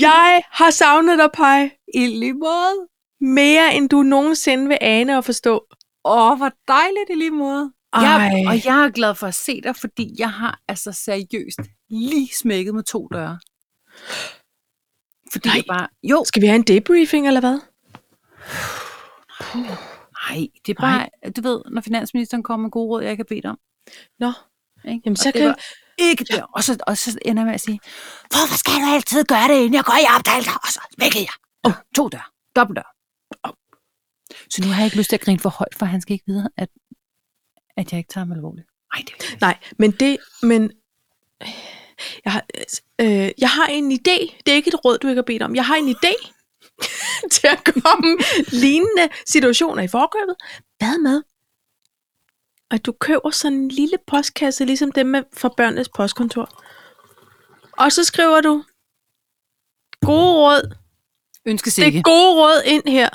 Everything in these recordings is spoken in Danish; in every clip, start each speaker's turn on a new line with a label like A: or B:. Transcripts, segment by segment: A: Jeg har savnet dig, Pai. I lige måde. Mere end du nogensinde vil ane og forstå.
B: Åh, oh, hvor dejligt i lige måde.
A: Ej.
B: Jeg, og jeg er glad for at se dig, fordi jeg har altså seriøst lige smækket med to døre. Fordi
A: Nej.
B: Nej. jeg bare... Jo,
A: Skal vi have en debriefing, eller hvad?
B: Nej, det er
A: Nej.
B: bare, du ved, når finansministeren kommer med gode råd, jeg ikke har bedt om.
A: Nå.
B: Ikke?
A: Jamen,
B: Og
A: så
B: det
A: kan-
B: var Ikke det. Og så, og så ender jeg med at sige, hvorfor skal du altid gøre det, inden jeg går i opdagelser? Og så vækker jeg. Og to dør. Dobbelt dør. Og- Så nu har jeg ikke lyst til at grine for højt, for han skal ikke vide, at, at jeg ikke tager ham alvorligt. Nej, det vil jeg ikke.
A: Nej, men det... Men, jeg, har, øh, jeg har en idé. Det er ikke et råd, du ikke har bedt om. Jeg har en idé til at komme lignende situationer i forkøbet. Hvad med? At du køber sådan en lille postkasse, ligesom dem med, fra børnenes postkontor. Og så skriver du, gode råd,
B: Ønskes
A: det er gode råd ind her.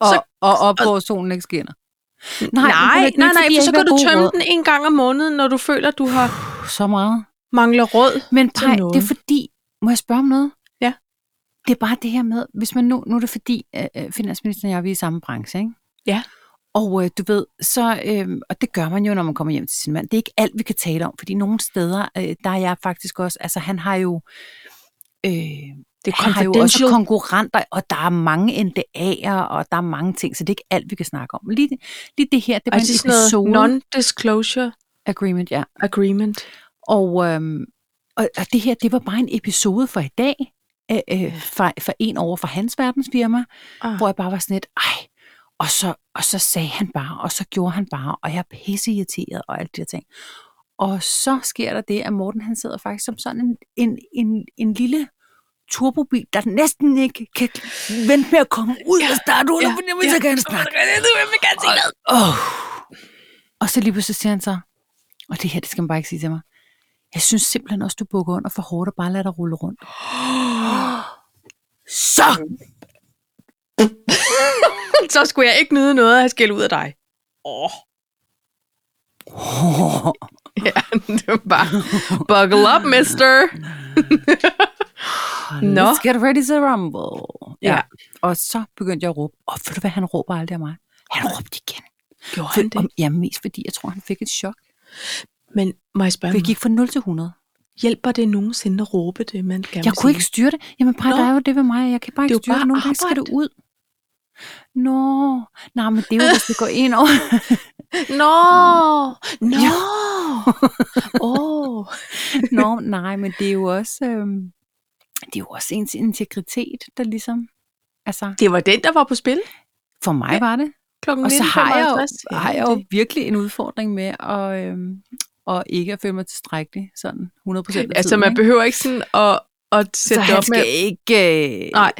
B: Og,
A: så-
B: og op, hvor solen ikke skinner. Nej, men
A: nej,
B: det er
A: nej,
B: ikke-
A: nej,
B: fordi jeg
A: for så
B: ikke
A: kan
B: vil
A: du
B: have gode
A: tømme
B: råd.
A: den en gang om måneden, når du føler, du har
B: Puh, Så meget.
A: mangler råd.
B: Men
A: til
B: Paj, det
A: noget.
B: er fordi, må jeg spørge om noget?
A: Ja.
B: Det er bare det her med, hvis man nu, nu er det fordi, øh, øh, finansministeren og jeg, vi er i samme branche, ikke?
A: Ja.
B: Og øh, du ved, så, øh, og det gør man jo, når man kommer hjem til sin mand. Det er ikke alt, vi kan tale om, fordi nogle steder, øh, der er jeg faktisk også, altså han har jo, øh,
A: Det
B: han har jo også
A: confidential.
B: konkurrenter, og der er mange NDA'er, og der er mange ting, så det er ikke alt, vi kan snakke om. Lige, lige det her, det var
A: Altså
B: en
A: sådan noget
B: episode
A: non-disclosure
B: agreement, ja.
A: agreement.
B: Og, øhm, og, og det her, det var bare en episode for i dag, øh, øh, for, for en over fra hans verdensfirma,
A: Ah.
B: hvor jeg bare var sådan lidt, ej, og så, og så sagde han bare, og så gjorde han bare, og jeg er pisseirriteret og alt det der ting. Og så sker der det, at Morten han sidder faktisk som sådan en, en, en, en lille turbobil, der næsten ikke kan vente med at komme ud og starte ud,
A: ja,
B: ja, fordi ja, så kan han snakke. Og, oh. og så lige pludselig siger han så, og det her, det skal man bare ikke sige til mig. Jeg synes simpelthen også, du bukker under for hårdt og bare lader dig rulle rundt. Så!
A: Så skulle jeg ikke nyde noget at have skæld ud af dig. Ja, det var bare, buckle up, mister. Nå.
B: Let's get ready to rumble.
A: Ja.
B: Og så begyndte jeg at råbe. Og ved du hvad, han råber aldrig af mig. Han råbte igen.
A: Gjorde
B: For, om, ja, mest fordi, jeg tror, han fik et chok.
A: Men må jeg spørge
B: For jeg
A: mig,
B: gik fra 0 til 100.
A: hjælper det nogensinde at råbe det, man gerne
B: Jeg
A: vil
B: kunne
A: sige?
B: ikke styre det. Jamen, bare
A: Nå.
B: der er jo det ved mig. Jeg kan bare
A: Det
B: ikke
A: er
B: styre
A: jo bare
B: det. Nogle gange skal det
A: arbejde.
B: ud. Nå, nej, men det er jo, hvis det går ind over.
A: Nå, nå.
B: Ja.
A: Åh.
B: Nå, nej, men det er jo også, øhm, det er jo også ens integritet, der ligesom, altså,
A: Det var den, der var på spil
B: for mig
A: Ja.
B: var det.
A: klokken
B: Og så har jeg, jo,
A: 19.55.
B: har jeg jo virkelig en udfordring med at, øhm, og ikke at føle mig tilstrækkelig, sådan 100% af tiden.
A: Altså, man
B: ikke?
A: behøver ikke sådan at, at
B: så
A: sætte det
B: han
A: op med...
B: skal ikke... Øh,
A: Nej,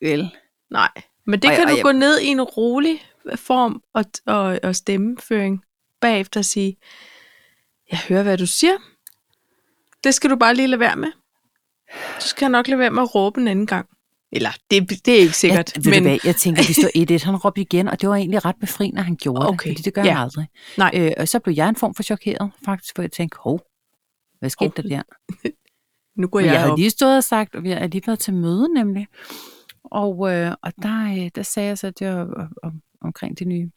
B: Vel.
A: nej. Men det
B: Og
A: kan
B: jeg-
A: du
B: og jeg-
A: gå ned i en rolig form og, og, og stemmeføring bagefter og sige, jeg hører, hvad du siger. Det skal du bare lige lade være med. Du skal nok lade være med at råbe en anden gang. Eller, det, det er ikke
B: Jeg,
A: sikkert.
B: ved men... du hvad, jeg tænker, vi står 1-1. Han råbte igen, og det var egentlig ret befriende, at han gjorde
A: Okay,
B: det, fordi det gør
A: ja.
B: han aldrig.
A: Nej.
B: Øh, og så blev jeg en form for chokeret, faktisk, for jeg tænkte, hov, hvad skete
A: Hov.
B: der der?
A: nu går
B: Men
A: jeg,
B: jeg havde
A: op.
B: lige stået og sagt, og vi er lige været til møde nemlig. Og, øh, og der, øh, der sagde jeg så, at det var om- om, omkring det nye,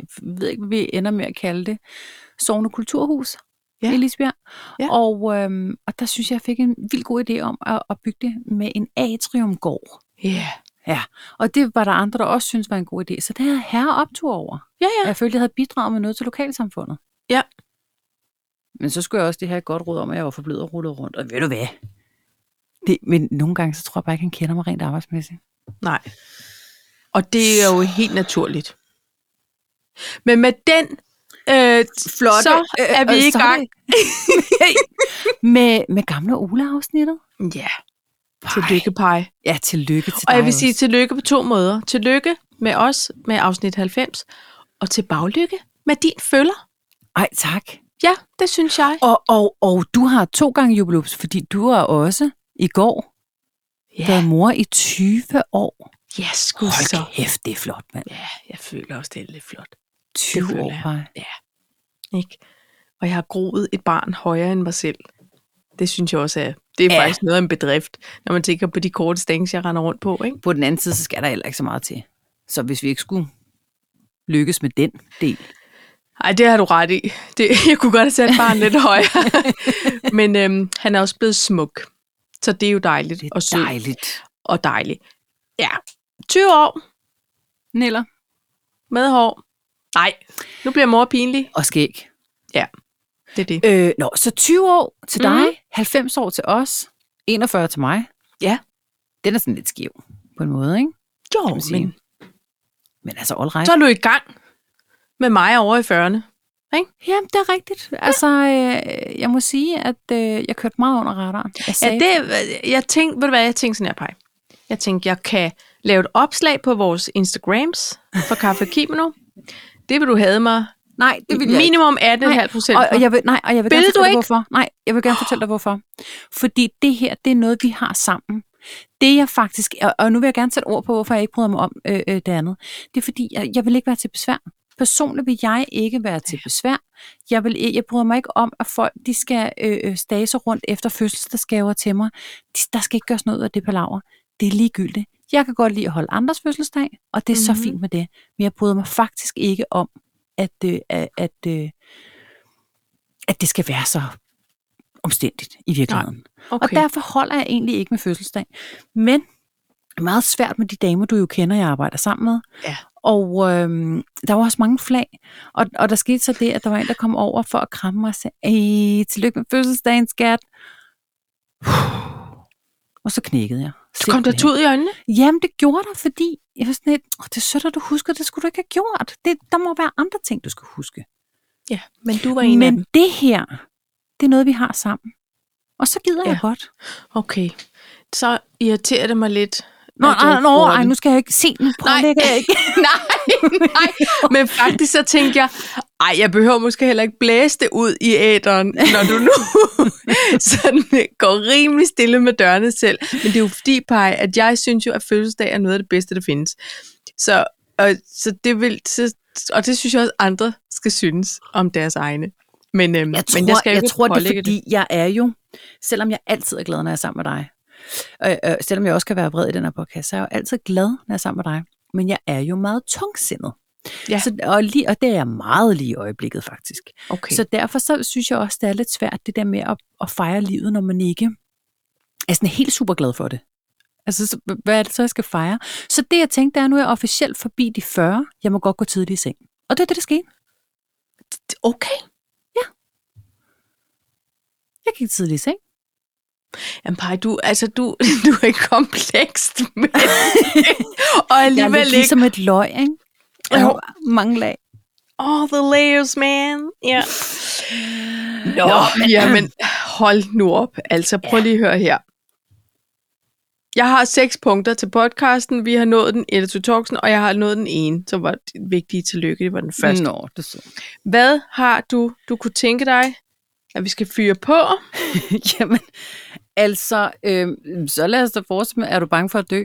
B: jeg ved ikke, hvad vi ender med at kalde det, Sovende Kulturhus
A: Ja.
B: ja. i Lisbjerg.
A: Ja.
B: Og, øh, og der synes jeg, jeg fik en vild god idé om at, at bygge det med en atriumgård.
A: Ja,
B: Og det var der andre, der også synes var en god idé. Så det havde herre optur over.
A: ja, ja.
B: Jeg følte, jeg havde bidraget med noget til lokalsamfundet.
A: Ja.
B: Men så skulle jeg også det her et godt råd om, at jeg var for blød og rullet rundt. Og ved du hvad? Det, men nogle gange, så tror jeg bare ikke, han kender mig rent arbejdsmæssigt.
A: Nej. Og det er jo helt naturligt. Men med den øh, flotte, så
B: øh,
A: er vi i gang.
B: med, med gamle Ola-afsnittet.
A: Ja, tillykke, Paj.
B: Ja, tillykke til
A: Og
B: dig
A: jeg vil sige
B: også.
A: tillykke på to måder. Tillykke med os med afsnit 90, og til baglykke med din følger.
B: Ej, tak.
A: Ja, det synes jeg.
B: Og, og, og du har to gange jubilæums, fordi du har også i går ja. været mor i 20 år.
A: ja sgu så.
B: Hold kæft, det er flot, mand.
A: Ja, jeg føler også, det er lidt flot.
B: 20
A: føler
B: år,
A: jeg.
B: bare.
A: Ikke? Og jeg har groet et barn højere end mig selv. Det synes jeg også er Det er
B: Ja.
A: ja. faktisk noget af en bedrift, når man tænker på de korte stængs, jeg render rundt på. Ikke?
B: På den anden side, så skal der heller ikke så meget til. Så hvis vi ikke skulle lykkes med den del.
A: Ej, det har du ret i. Det, jeg kunne godt have sat barn lidt højere. Men øhm, han er også blevet smuk. Så det er jo dejligt
B: Det
A: og
B: er
A: sød
B: dejligt.
A: og dejlig. Ja, 20 år
B: Niller.
A: med hår. Nej, nu bliver mor pinlig.
B: Og skæg.
A: Det er det.
B: Øh, nå, så 20 år til dig,
A: Mhm.
B: 90 år til os, 41 til mig.
A: Ja.
B: Den er sådan lidt skæv på en måde, ikke?
A: Jo,
B: man sige.
A: men
B: Men altså, all right.
A: så er du i gang med mig over i 40'erne.
B: Jamen, det er rigtigt. Altså, øh, jeg må sige, at øh, jeg kørte meget under radaren. Jeg
A: Ja,
B: sagde,
A: det, øh, jeg tænkte, ved du hvad, jeg tænkte sådan her, Paj. Jeg tænkte, jeg kan lave et opslag på vores Instagrams for Kaffe Kimono. Det vil du have mig
B: nej, det ville jeg ikke.
A: minimum 18,5 procent
B: Og, og jeg vil, nej, og jeg vil
A: Vil
B: gerne
A: du
B: fortælle dig,
A: ikke?
B: hvorfor. Nej, jeg vil gerne fortælle dig, hvorfor. Fordi det her, det er noget, vi har sammen. Det jeg faktisk, og, og nu vil jeg gerne sætte ord på, hvorfor jeg ikke bryder mig om øh, øh, det andet. Det er fordi, jeg, jeg vil ikke være til besvær. Personligt vil jeg ikke være til besvær. Jeg, vil, ikke- jeg bryder mig ikke om, at folk de skal øh, øh, stase rundt efter fødselsdagsgaver til mig. De, der skal ikke gøres noget ud af det palaver. Det er ligegyldigt. Jeg kan godt lide at holde andres fødselsdag, og det er mm-hmm.
A: Mhm.
B: så fint med det. Men jeg bryder mig faktisk ikke om, at, øh, at, at, øh, at det skal være så omstændigt i virkeligheden. Okay. Og derfor holder jeg egentlig ikke med fødselsdag. Men det er meget svært med de damer, du jo kender, jeg arbejder sammen med.
A: Ja.
B: Og øhm, der var også mange flag. Og, og der skete så det, at der var en, der kom over for at kramme mig og sagde, Ej, tillykke med fødselsdagen, skat. Og så knækkede jeg.
A: Du kom der
B: Simpelthen.
A: tud i øjnene?
B: Jamen, det gjorde der, fordi jeg var sådan lidt, oh, det er sødt, at du husker, det skulle du ikke have gjort. Det, der må være andre ting, du skal huske.
A: Ja, men du var
B: Men det her, det er noget, vi har sammen. Og så gider ja. jeg
A: Ja.
B: godt.
A: Okay, så irriterer det mig lidt.
B: Nå,
A: at du
B: nej,
A: ikke
B: nå,
A: bruger
B: ej,
A: den.
B: nu skal jeg ikke se den pålægger jeg ikke.
A: nej, nej. Men faktisk så tænkte jeg, ej, jeg behøver måske heller ikke blæse det ud i æderen, når du nu sådan går rimelig stille med dørene selv. Men det er jo fordi, Paj, at jeg synes jo, at fødselsdag er noget af det bedste, der findes. Så, og, så det vil, så, og det synes jeg også, andre skal synes om deres egne. Men, øhm,
B: Jeg tror,
A: men jeg skal jo
B: jeg
A: ikke
B: tror det er
A: pålægge
B: fordi, jeg er jo, selvom jeg altid er glad, når jeg er sammen med dig, øh, øh, selvom jeg også kan være vred i den her podcast, så er jeg jo altid glad, når jeg er sammen med dig. Men jeg er jo meget tungsindet.
A: Ja.
B: Så, og, lige, og det er jeg meget lige i øjeblikket, faktisk.
A: Okay.
B: Så derfor så synes jeg også, det er lidt svært, det der med at, at fejre livet, når man ikke er sådan helt super glad for det. Altså, så, h- hvad er det så, jeg skal fejre? Så det, jeg tænkte, det er, nu er jeg officielt forbi de 40. Jeg må godt gå tidligt i seng. Og det er det, der skete.
A: okay.
B: Jeg gik tidligt i seng.
A: Jamen, Paj, du, altså, du, du er et komplekst menneske. og
B: Jeg er
A: alligevel
B: lidt
A: ikke.
B: ligesom et løg, ikke? Jeg
A: Jo.
B: har mange lag.
A: All the layers, man. Ja. Nå,
B: Nå,
A: men, ja, men hold nu op. Altså, prøv lige at høre her. Jeg har seks punkter til podcasten. Vi har nået den, eller til talksen, og jeg har nået den ene, som var vigtig til lykke. Det var den første. Mm.
B: Nå, det er så.
A: Hvad har du, du kunne tænke dig, at vi skal fyre på?
B: Jamen, altså, øh, så lad os da fortsætte med, er du bange for at dø?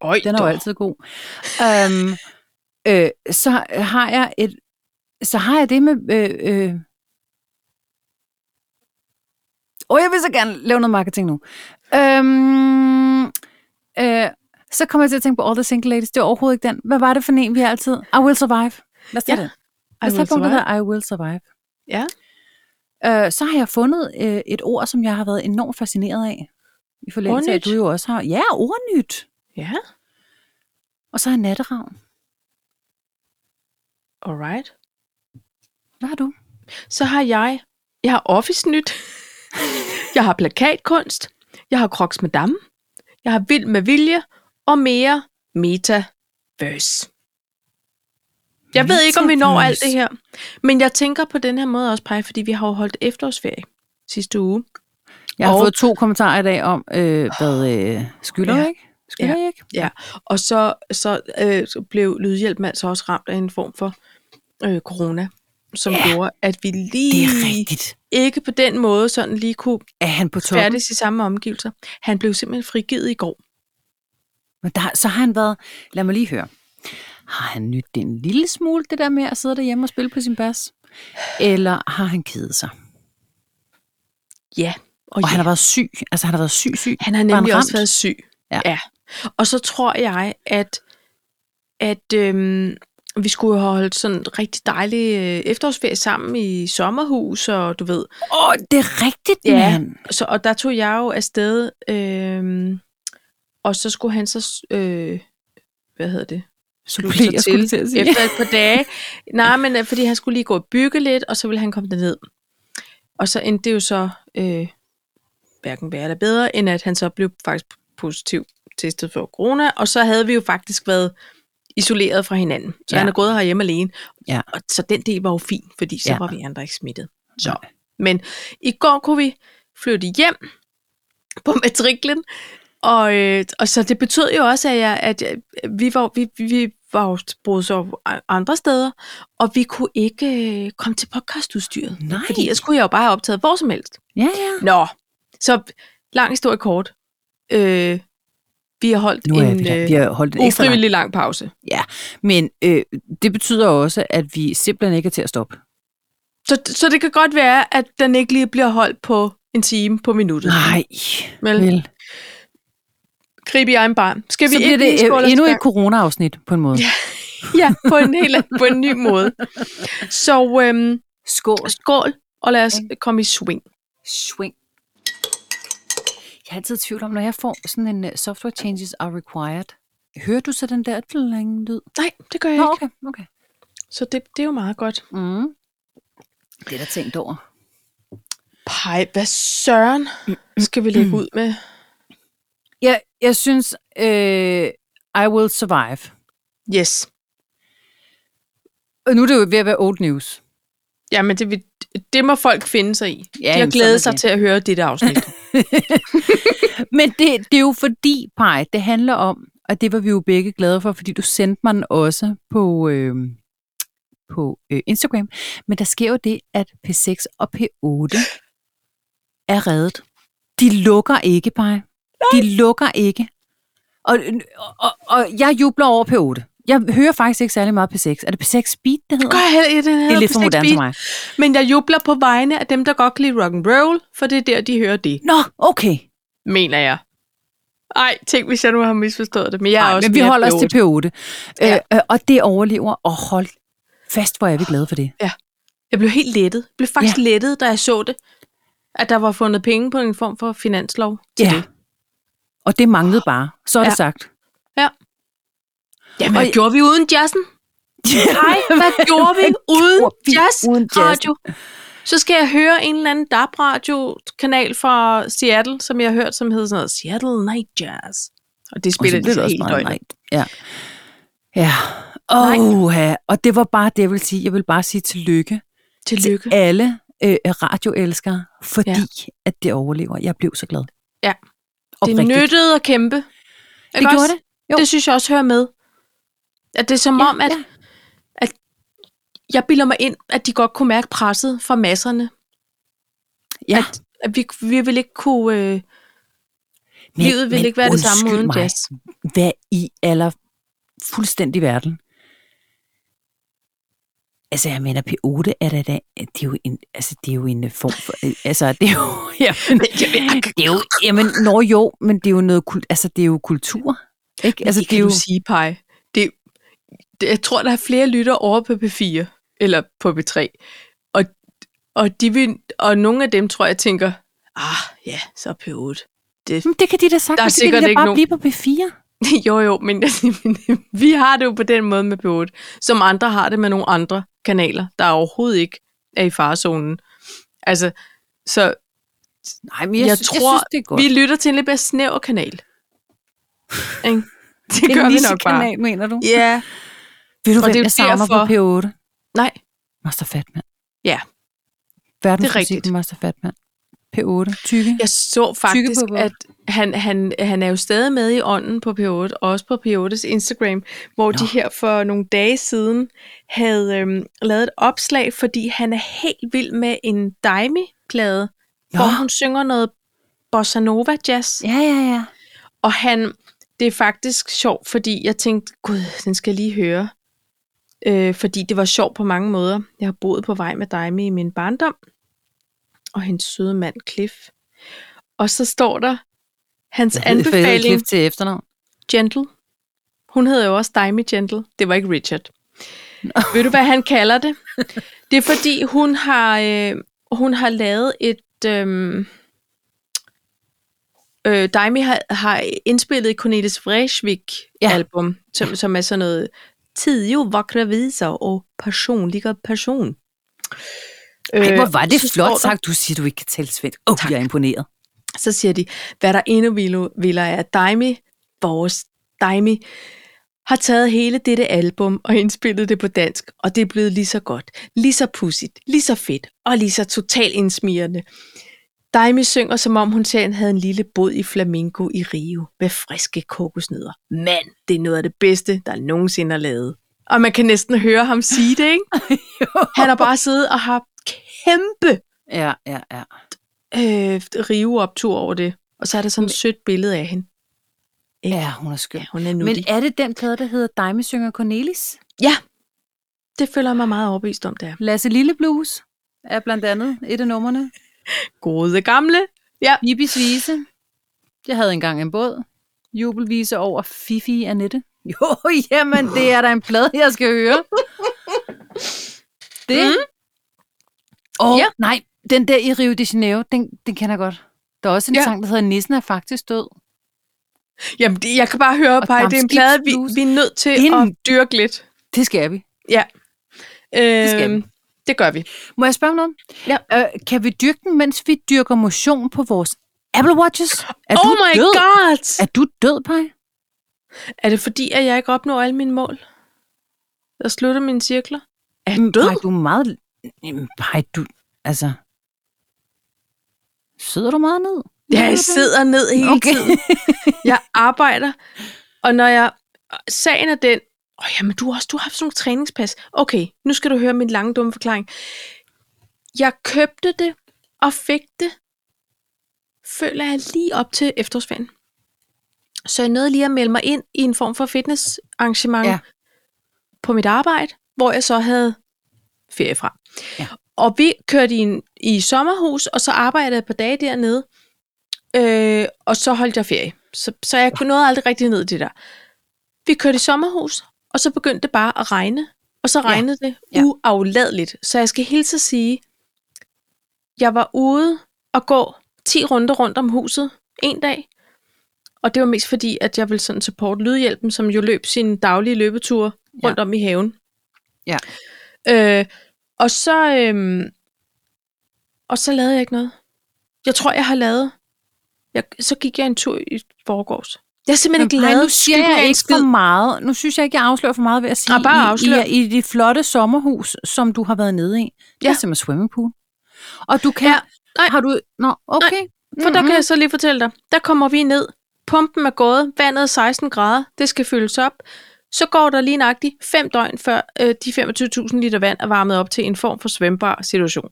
A: Øj,
B: Den er jo altid god. Um, øh, så har jeg et, så har jeg det med. Øh, øh. Oh, jeg vil så gerne lave noget marketing nu. Um, øh, så kommer jeg til at tænke på All the Single Ladies. Det er overhovedet ikke den. Hvad var det for en, vi altid? I Will Survive. Lad os tage
A: Ja,
B: den. Lad os tage punktet der, I Will Survive.
A: Ja.
B: Øh, så har jeg fundet øh, et ord, som jeg har været enormt fascineret af. I forlængelse af, at du
A: Ordnyt?
B: jo også har. Ja, ordnyt.
A: Ja,
B: Og så er natteravn.
A: alright.
B: Hvad har du?
A: så har jeg, jeg har office nyt, jeg har plakatkunst, jeg har Crocs Madame, jeg har Vild med Vilje og mere Metaverse. Jeg ved ikke, om vi når alt det her, men jeg tænker på den her måde også, Paj, fordi vi har jo holdt efterårsferie sidste uge.
B: Jeg har
A: Og-
B: fået to kommentarer i dag om, øh, hvad øh, skylder
A: Ja.
B: jeg ikke? Skylder jeg ikke?
A: Og så, så, øh, så blev Lydhjælpen altså også ramt af en form for øh, corona, som
B: Ja.
A: ja, gjorde, at vi
B: Det
A: lige
B: er rigtigt.
A: ikke på den måde sådan lige kunne
B: Er han på toppen?
A: færdes i samme omgivelser. Han blev simpelthen frigivet i går.
B: Men der, så har han været... Lad mig lige høre. Har han nyt det en lille smule, det der med at sidde derhjemme og spille på sin bas? Eller har han kedet sig?
A: Ja,
B: Og han har været syg. Altså, han har været syg, syg.
A: han har
B: var han
A: nemlig også
B: ramt?
A: været syg.
B: Ja.
A: ja. Og så tror jeg, at, at øhm, vi skulle have holdt sådan en rigtig dejlig øh, efterårsferie sammen i sommerhus, og du ved,
B: Åh, det er rigtigt,
A: Ja.
B: mand.
A: så, og der tog jeg jo afsted, øhm, og så skulle han så, øh, hvad hedder det, slutte
B: Supplerer,
A: sig
B: skulle
A: til
B: jeg til at sige.
A: efter et par dage. Nej, men øh, fordi han skulle lige gå og bygge lidt, og så ville han komme derned. Og så endte det jo så øh, hverken værre eller bedre, end at han så blev faktisk positiv testet for corona, og så havde vi jo faktisk været isoleret fra hinanden. Så
B: Ja.
A: ja. han er gået herhjemme alene.
B: Ja.
A: Og så den del var jo fin, fordi så
B: Ja.
A: ja. var vi andre ikke smittet. Så. Men i går kunne vi flytte hjem på matriklen, og, øh, og så det betød jo også, at, jeg, at jeg, vi var, vi, vi- vi var jo boet så andre steder, og vi kunne ikke øh, komme til podcastudstyret.
B: Nej.
A: Fordi jeg skulle jeg jo bare have optaget hvor som helst.
B: Ja, ja.
A: Nå, så lang historie kort. Øh, vi har holdt
B: Nu er
A: en
B: vi, der.
A: øh,
B: vi har holdt en ekstra lang.
A: ufrivillig lang pause.
B: Ja, men øh, det betyder også, at vi simpelthen ikke er til at stoppe.
A: Så, så det kan godt være, at den ikke lige bliver holdt på en time på minuttet.
B: Nej,
A: Vel,
B: vel.
A: Grib i egen barn. Skal vi
B: Så bliver
A: ikke
B: det
A: lige skåle
B: øh,
A: os
B: endnu
A: i
B: et
A: gang?
B: corona-afsnit på en måde. Ja.
A: Ja, på en, helt, anden- på en ny måde. Så øhm,
B: Skål.
A: skål, og lad os komme i swing.
B: Swing. Jeg er altid i tvivl om, når jeg får sådan en uh, software changes are required. Hører du så den der dling lyd?
A: Nej, det gør jeg
B: Nå,
A: ikke.
B: okay, okay.
A: Så det, det er jo meget godt.
B: Mm. Det er der tænkt over.
A: Pej, hvad søren skal vi lægge ud med?
B: Jeg, jeg synes, øh, I will survive.
A: Yes.
B: Og nu er det jo ved at være old news.
A: Jamen, det, vil- det må folk finde sig i.
B: Ja,
A: De
B: jamen,
A: har glædet
B: sådan
A: sig
B: er
A: til at høre dette afsnit.
B: Men det, det er jo fordi, Paj, det handler om, og det var vi jo begge glade for, fordi du sendte mig den også på, øh, på øh, Instagram. Men der sker jo det, at P6 og P8 er reddet. De lukker ikke, Paj. De lukker ikke. Og, og, og jeg jubler over P8. Jeg hører faktisk ikke særlig meget P6. Er det P6 Speed, det hedder?
A: Gør jeg heller, ja, den
B: det er lidt for moderne til mig.
A: Men jeg jubler på vegne af dem, der godt kan lide rock and roll, for det er der, de hører det,
B: Nå, okay.
A: mener jeg. Ej, tænk, hvis jeg nu har misforstået det, men jeg er
B: Nej,
A: også
B: men vi
A: mere
B: holder os
A: P8.
B: til P8.
A: Ja.
B: Ja. Øh, og det overlever, og hold fast, hvor er vi glade for det.
A: Jeg blev helt lettet. Jeg blev faktisk ja. lettet, da jeg så det. At der var fundet penge på en form for finanslov til
B: Ja.
A: det.
B: Og det manglede bare. Så er ja.
A: Ah. Ja.
B: det sagt.
A: Jamen,
B: Og
A: hvad
B: jeg-
A: gjorde vi uden jazzen? Nej, hvad gjorde vi uden
B: gjorde vi
A: jazz
B: uden jazzen?
A: radio? Så skal jeg høre en eller anden DAB-radiokanal fra Seattle, som jeg har hørt, som hedder sådan noget Seattle Night Jazz. Og det spiller
B: Og så blev
A: de så
B: det også
A: helt
B: meget
A: døgnet.
B: nej. Ja. Ja. Oha. Og det var bare det, jeg ville sige. Jeg vil bare sige tillykke
A: Tillykke.
B: til alle øh, radioelskere, fordi ja. at det overlever. Jeg blev så glad.
A: Ja.
B: Oprigtigt.
A: Det nyttede at kæmpe. Ikke
B: gjorde
A: også?
B: det. Jo.
A: Det synes jeg også hører med. At det er som
B: Ja,
A: om, at,
B: ja.
A: at jeg bilder mig ind, at de godt kunne mærke presset fra masserne.
B: Ja.
A: At, at vi, vi vil ikke kunne... Øh,
B: Men-
A: livet ville
B: men
A: ikke være det samme
B: undskyld
A: uden
B: mig.
A: jazz.
B: Hvad i aller fuldstændig verden? Altså, jeg mener, P8 er da, da det er jo en, altså, det er jo en øh, form for, øh, altså, det er jo, jamen, det er jo, jamen, nå jo, men det er jo noget, kul- altså, det er jo kultur, ikke?
A: altså,
B: Altså,
A: det kan du sige, Paj. Det, det, jeg tror, der er flere lytter over på P4, eller på P3. Og, og, de vil, og nogle af dem, tror jeg, tænker, ah, ja, så er P8. Det,
B: Jamen, det kan de da sagt,
A: Der er
B: så kan de
A: sikkert
B: da
A: ikke
B: bare
A: nogen-
B: blive på P4.
A: Jo, jo, men vi har det jo på den måde med P8, som andre har det med nogle andre kanaler, der overhovedet ikke er i farezonen. Altså, så
B: Nej, men
A: jeg, jeg
B: sy-
A: tror, jeg
B: synes, det er godt.
A: vi lytter til en lidt mere snæver kanal. Ikke? Det
B: en
A: gør vi nok bare.
B: nichekanal, mener du?
A: Ja.
B: Vil du,
A: Og
B: hvem
A: det er
B: jeg
A: jo
B: savner på P8?
A: Nej,
B: Master Fatman.
A: Ja.
B: Verdens
A: Det er rigtigt.
B: Master Fatman. P8. Tykke.
A: jeg så faktisk,
B: på, hvor-
A: at han, han, han er jo stadig med i ånden på P8, og også på P8's Instagram, hvor de her for nogle dage siden havde øhm, lavet et opslag, fordi han er helt vild med en Daimi-plade,
B: Nå.
A: hvor hun synger noget bossa nova jazz.
B: Ja, ja, ja.
A: Og han, det er faktisk sjovt, fordi jeg tænkte, gud, den skal jeg lige høre. Øh, fordi det var sjovt på mange måder. Jeg har boet på vej med Daimi i min barndom, og hendes søde mand Cliff. Og så står der hans
B: Jeg hedder- jeg hedder
A: anbefaling,
B: Cliff til efternavn.
A: Gentle. Hun hedder jo også Dime Gentle. Det var ikke Richard. Ved du, hvad han kalder det? Det er fordi, hun har, øh, hun har lavet et... Øh, øh, Daimi har, har indspillet et Cornelis
B: Ja.
A: Vreeswijk-album, som, som er sådan noget Tidjo vakre viser og personliga person.
B: Ej, hvor var det
A: Øh, så står
B: flot
A: der-
B: sagt. Du siger, du ikke kan tale svensk. Åh, oh, jeg er imponeret.
A: så siger de, hvad der endnu ville- vildere er, at Daimi, vores Daimi, har taget hele dette album og indspillet det på dansk, og det er blevet lige så godt, lige så pudsigt, lige så fedt og lige så totalt indsmirrende. Daimi synger, som om hun selv havde en lille bod i Flamingo i Rio med friske kokosnødder. Mand, det er noget af det bedste, der nogensinde er lavet. Og man kan næsten høre ham sige det, ikke? Han har bare siddet og har kæmpe
B: Ja, ja, ja.
A: øh, riveoptur over det. Og så er der sådan et sødt billede af hende.
B: Ja, hun er skøn.
A: Ja, hun er nuttig.
B: Men
A: Men,
B: er det den plade, der hedder Dime synger Cornelis?
A: ja, det føler jeg mig meget overbevist om, det er.
B: Lasse Lille Blues er blandt andet et af numrene.
A: Gode gamle. Ja,
B: Bibis Vise. Jeg havde engang en båd. Jubelvise over Fifi Annette. Jo, jamen, det er da en plade, jeg skal høre. Det. Mm. Og
A: Mm. Ja.
B: ja. nej, den der i Rio de Janeiro, den, den kender jeg godt. Der er også en
A: Ja.
B: ja. sang, der hedder Nissen er faktisk død.
A: jamen det, jeg kan bare høre
B: Og
A: på, at det er en plade, vi,
B: dampskibsblues.
A: vi er nødt til
B: Inden-
A: at dyrke lidt.
B: Det skal vi.
A: Øhm, det,
B: skal vi.
A: det gør vi.
B: Må jeg spørge om noget?
A: Ja.
B: Øh, kan vi dyrke den, mens vi dyrker motion på vores Apple Watches? Er
A: oh
B: du
A: my
B: død?
A: god!
B: Er du død, Paj?
A: Er det fordi, at jeg ikke opnår alle mine mål? Der slutter mine cirkler? Er jeg
B: Jamen,
A: død?
B: Paj, du er meget... Jamen, Paj, du... Altså... Sidder du meget ned?
A: Ja, jeg sidder ned hele okay.
B: Okay.
A: tiden. Jeg arbejder, og når jeg... Sagen er den... Åh, oh, jamen, du, har også, du har haft sådan nogle træningspas. Okay, nu skal du høre min lange, dumme forklaring. Jeg købte det og fik det, føler jeg lige op til efterårsferien. Så jeg nåede lige at melde mig ind i en form for fitnessarrangement ja.
B: Ja.
A: på mit arbejde, hvor jeg så havde ferie fra.
B: Ja.
A: Og vi kørte i, en, i sommerhus, og så arbejdede jeg et par dage dernede. Øh, og så holdt jeg ferie. Så, så jeg kunne nåede aldrig rigtig ned i det der. Vi kørte i sommerhus, og så begyndte det bare at regne. Og så regnede ja. det
B: Ja.
A: uafladeligt. Så jeg skal hilse at sige, jeg var ude og gå 10 runder rundt om huset en dag. Og det var mest fordi, at jeg ville sådan supporte Lydhjælpen, som jo løb sine daglige løbeture
B: Ja.
A: rundt om i haven.
B: Ja.
A: Øh, og så... Øhm, og så lavede jeg ikke noget. Jeg tror, jeg har lavet... Jeg, så gik jeg en tur i forgårs. Jeg har simpelthen ikke
B: Paj,
A: lavet
B: nu siger
A: skyggen af
B: jeg
A: en
B: ikke
A: skid.
B: for meget. Nu synes jeg ikke, jeg afslører for meget ved at sige,
A: Ah, bare
B: I, I,
A: afslør.
B: er i det flotte sommerhus, som du har været nede i. Det ja.
A: Ja.
B: er simpelthen swimmingpool. Og du kan...
A: Ja. Nej.
B: Har du... Nå, okay. Nej,
A: For
B: Mhm.
A: der kan jeg så lige fortælle dig, der kommer vi ned, pumpen er gået, vandet er 16 grader, det skal fyldes op. Så går der lige nøjagtigt fem døgn, før øh, de 25.000 liter vand er varmet op til en form for svømbar situation.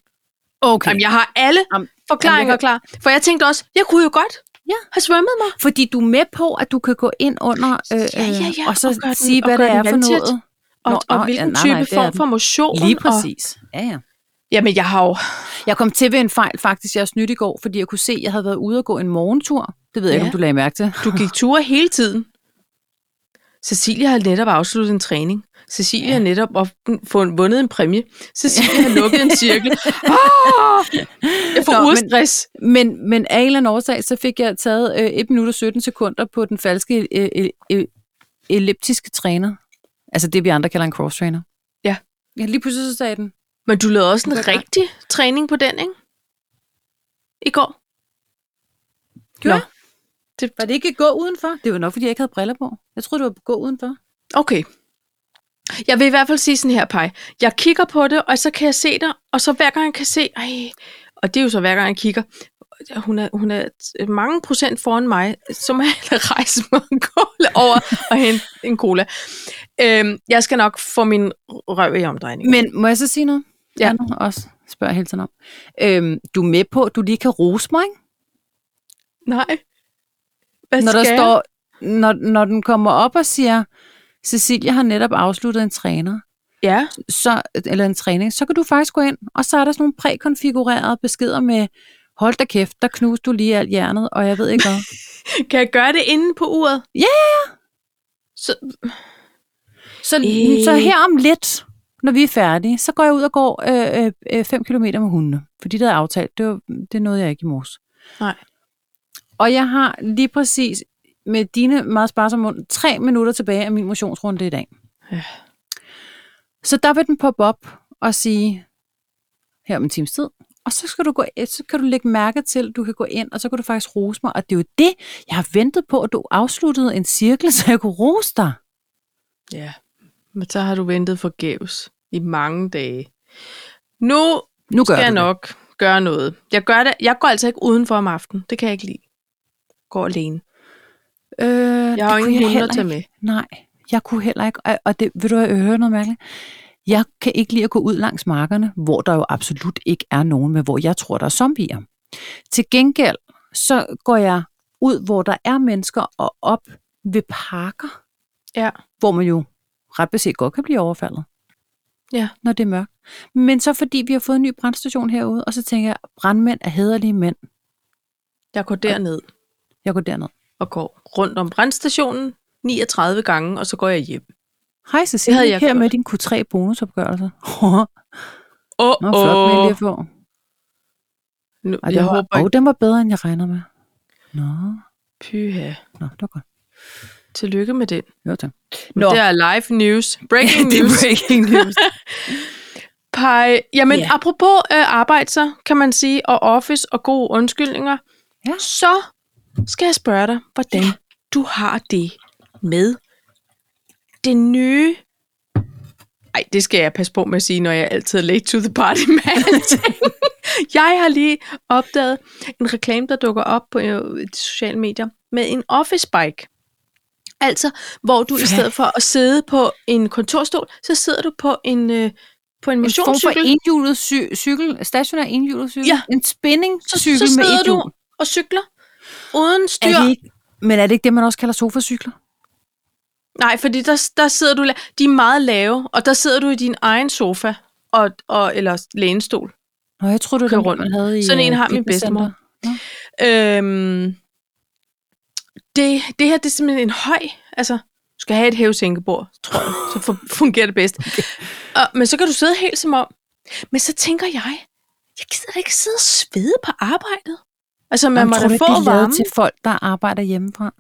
B: Okay.
A: Jamen, jeg har alle
B: Jamen,
A: forklaringer
B: jamen, jeg
A: klar. For jeg tænkte også, jeg kunne jo godt
B: Ja.
A: have svømmet mig.
B: Fordi du er med på, at du kan gå ind under øh,
A: Ja, ja, ja,
B: og så
A: og gøre den-
B: sige,
A: og
B: hvad
A: gøre
B: det er
A: den
B: for
A: vandtæt.
B: noget.
A: Og,
B: Nå,
A: og
B: nå,
A: hvilken
B: ja, nej,
A: type
B: nej, det er
A: form
B: den.
A: for motion.
B: Lige præcis. Ja, ja.
A: Og, jamen, jeg har jo...
B: Jeg kom til ved en fejl faktisk, jeg snydt i går, fordi jeg kunne se, at jeg havde været ude og gå en morgentur. Det ved jeg ikke,
A: Ja.
B: om du lagde mærke til.
A: Du gik ture hele tiden. Cecilia har netop afsluttet en træning. Cecilia ja.
B: Ja.
A: har netop op- fået- vundet en præmie. Cecilia har lukket en cirkel. Ah! Jeg får
B: Nå, men-
A: urstress.
B: Men, men af en eller anden årsag, så fik jeg taget øh, 1 minut og 17 sekunder på den falske øh, øh, øh, elliptiske træner. Altså det, vi andre kalder en cross-trainer.
A: Ja.
B: Ja, lige pludselig så sagde jeg den.
A: Men du lavede også
B: Det
A: en
B: var godt.
A: rigtig træning på den, ikke? I går.
B: Gjorde
A: Nå.
B: jeg?
A: Det,
B: Var det ikke gå udenfor? Det var nok, fordi jeg ikke havde briller på. Jeg troede, det var gå udenfor.
A: okay. Jeg vil i hvert fald sige sådan her, Paj. Jeg kigger på det, og så kan jeg se det, og så hver gang jeg kan se... Ej, og det er jo så hver gang jeg kigger. Hun er, hun er t- mange procent foran mig, så må jeg hellere rejse mig en cola over og hente en cola. Øhm, jeg skal nok få min røv i omdrejning.
B: Men må jeg så sige noget?
A: Ja.
B: Andet også spørger jeg hele tiden om. Øhm, du er med på, at du lige kan rose mig, ikke?
A: Nej. Hvad
B: når, der
A: skal jeg?
B: står, når, når den kommer op og siger, Cecilia har netop afsluttet en træner,
A: Ja,
B: så, eller en træning, så kan du faktisk gå ind, og så er der sådan nogle prækonfigurerede beskeder med, hold da kæft, der knuste du lige alt hjernet, og jeg ved ikke hvad.
A: Kan jeg gøre det inde på uret?
B: Så,
A: Øh.
B: øh. så her om lidt, når vi er færdige, så går jeg ud og går 5 øh, øh, fem kilometer med hundene. Fordi det havde jeg aftalt. Det, var, det nåede jeg ikke i morges.
A: Nej.
B: Og jeg har lige præcis med dine meget sparsomme mund, tre minutter tilbage af min motionsrunde i dag.
A: Ja.
B: Så der vil den poppe op og sige, her om en times tid, og så, skal du gå, så kan du lægge mærke til, du kan gå ind, og så kan du faktisk rose mig. Og det er jo det, jeg har ventet på, at du afsluttede en cirkel, så jeg kunne rose dig.
A: Ja, men så har du ventet forgæves i mange dage. Nu
B: Nu gør
A: skal jeg
B: du det.
A: nok gøre noget. Jeg, gør det. jeg går altså ikke udenfor om aftenen. Det kan jeg ikke lide. Går alene.
B: Øh,
A: Jeg har jo ingen hunde at tage
B: til
A: med.
B: Nej, jeg kunne heller ikke. Og- Og det, vil du øh, høre noget mærkeligt? Jeg kan ikke lide at gå ud langs markerne, hvor der jo absolut ikke er nogen, men hvor jeg tror, der er zombier. Til gengæld, så går jeg ud, hvor der er mennesker, og op ved parker,
A: Ja.
B: hvor man jo ret beset godt kan blive overfaldet.
A: Ja.
B: Når det er mørkt. Men så fordi vi har fået en ny brandstation herude, og så tænker jeg, brandmænd er hederlige mænd.
A: Jeg går derned
B: Jeg går derned.
A: og går rundt om brandstationen 39 gange, og så går jeg hjem.
B: Hej Cecilie,
A: havde jeg
B: her
A: gjort.
B: med din Q3 bonusopgørelse.
A: Åh,
B: Nå, flot med
A: åh.
B: lige at få.
A: Nu-
B: Ej,
A: Jeg
B: den var,
A: håber ikke.
B: og den var bedre, end jeg regner med. Nå,
A: Pyha.
B: nå det var godt.
A: Tillykke med den.
B: Jo, tak.
A: Nå. Det er live news. Breaking
B: det er
A: news.
B: breaking news.
A: Pej. Jamen,
B: Ja.
A: yeah. apropos øh, arbejde, så kan man sige, og office og gode undskyldninger,
B: Ja.
A: så skal jeg spørge dig, hvordan
B: Ja.
A: du har det med det nye... Ej, det skal jeg passe på med at sige, når jeg altid er late to the party med alting. Jeg har lige opdaget en reklame, der dukker op på øh, de sociale medier, med en office bike. Altså, hvor du i
B: Hvad?
A: stedet for at sidde på en kontorstol, så sidder du på en, øh, på en
B: en form for e-
A: motionscykel.
B: enhjulet cy- cykel, stationær enhjulet cykel.
A: Ja.
B: En spinning
A: så,
B: cykel
A: så
B: med
A: sidder
B: et
A: du
B: hjul.
A: og cykler uden styr.
B: Er det ikke, men er det ikke det, man også kalder sofacykler?
A: Nej, fordi der, der sidder du, la- de er meget lave, og der sidder du i din egen sofa og, og eller lænestol.
B: Nå, jeg tror du
A: Kører
B: det
A: rundt.
B: rundt. man havde i
A: Sådan en
B: øh,
A: har min
B: fitnesscenter.
A: bedstemor. Øhm, det, det her, det er simpelthen en høj, altså, du skal have et hævesænkebord, tror jeg, så fu- fungerer det bedst. Og, men så kan du sidde helt som om. Men så tænker jeg, jeg gider da ikke sidde og svede på arbejdet. Altså, man
B: Jamen,
A: må
B: tror
A: da
B: du ikke,
A: få
B: de er lavet
A: varmen.
B: til folk, der arbejder hjemmefra.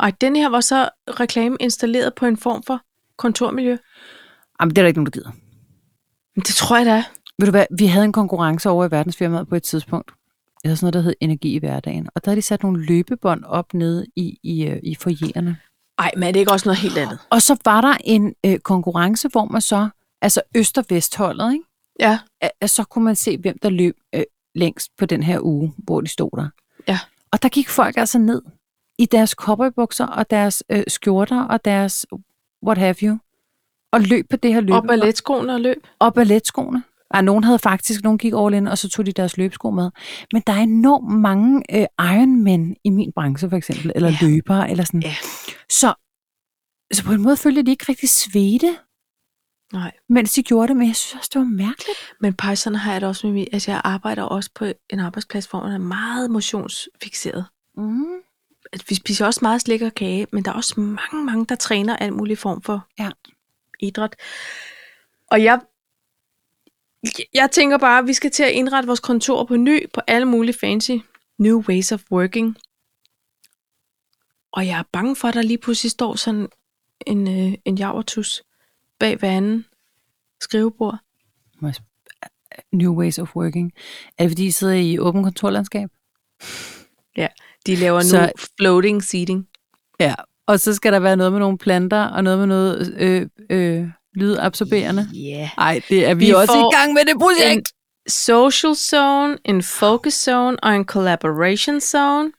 A: Ej, den her var så reklame installeret på en form for kontormiljø.
B: Jamen, det er der ikke nogen, der gider.
A: Men det tror jeg da.
B: Ved du hvad, vi havde en konkurrence over i verdensfirmaet på et tidspunkt. Jeg havde sådan noget, der hed Energi i hverdagen. Og der havde de sat nogle løbebånd op nede i, i, øh, i forjerne.
A: Ej, men er det ikke også noget helt andet?
B: Og så var der en øh, konkurrence, hvor man så, altså øst- og vestholdet, ikke?
A: Ja.
B: At, at så kunne man se, hvem der løb øh, længst på den her uge, hvor de stod der.
A: Ja.
B: Og der gik folk altså ned i deres cowboybukser og deres øh, skjorter og deres what have you, og løb på det her løb.
A: Og balletskoene og løb.
B: og balletskoene. Ej, nogen havde faktisk, nogen gik all in, og så tog de deres løbesko med. Men der er enormt mange øh, Ironman i min branche, for eksempel, eller
A: Ja.
B: ja. løbere, eller sådan.
A: Ja.
B: Så, så på en måde følte jeg, de ikke rigtig svedte,
A: Nej.
B: mens de gjorde det, men jeg synes også, det var mærkeligt.
A: Men pej, sådan har jeg det også med mig. Altså, jeg arbejder også på en arbejdsplads, hvor man er meget motionsfixeret.
B: Mm.
A: At vi spiser også meget slik og kage, men der er også mange, mange, der træner alt mulig form for
B: Ja.
A: idræt. Og jeg, jeg tænker bare, at vi skal til at indrette vores kontor på ny, på alle mulige fancy new ways of working. Og jeg er bange for, at der lige pludselig står sådan en, øh, en javertus bag hver anden skrivebord.
B: Må jeg sp- New ways of working. Er det fordi, I sidder i åben kontorlandskab?
A: De laver nu
B: Så-
A: floating seating.
B: Ja. Og så skal der være noget med nogle planter, og noget med noget øh, øh, lydabsorberende.
A: Ja.
B: Nej, det er vi,
A: Vi
B: vi også
A: får
B: i gang med det projekt.
A: En social zone, en focus zone og en collaboration zone.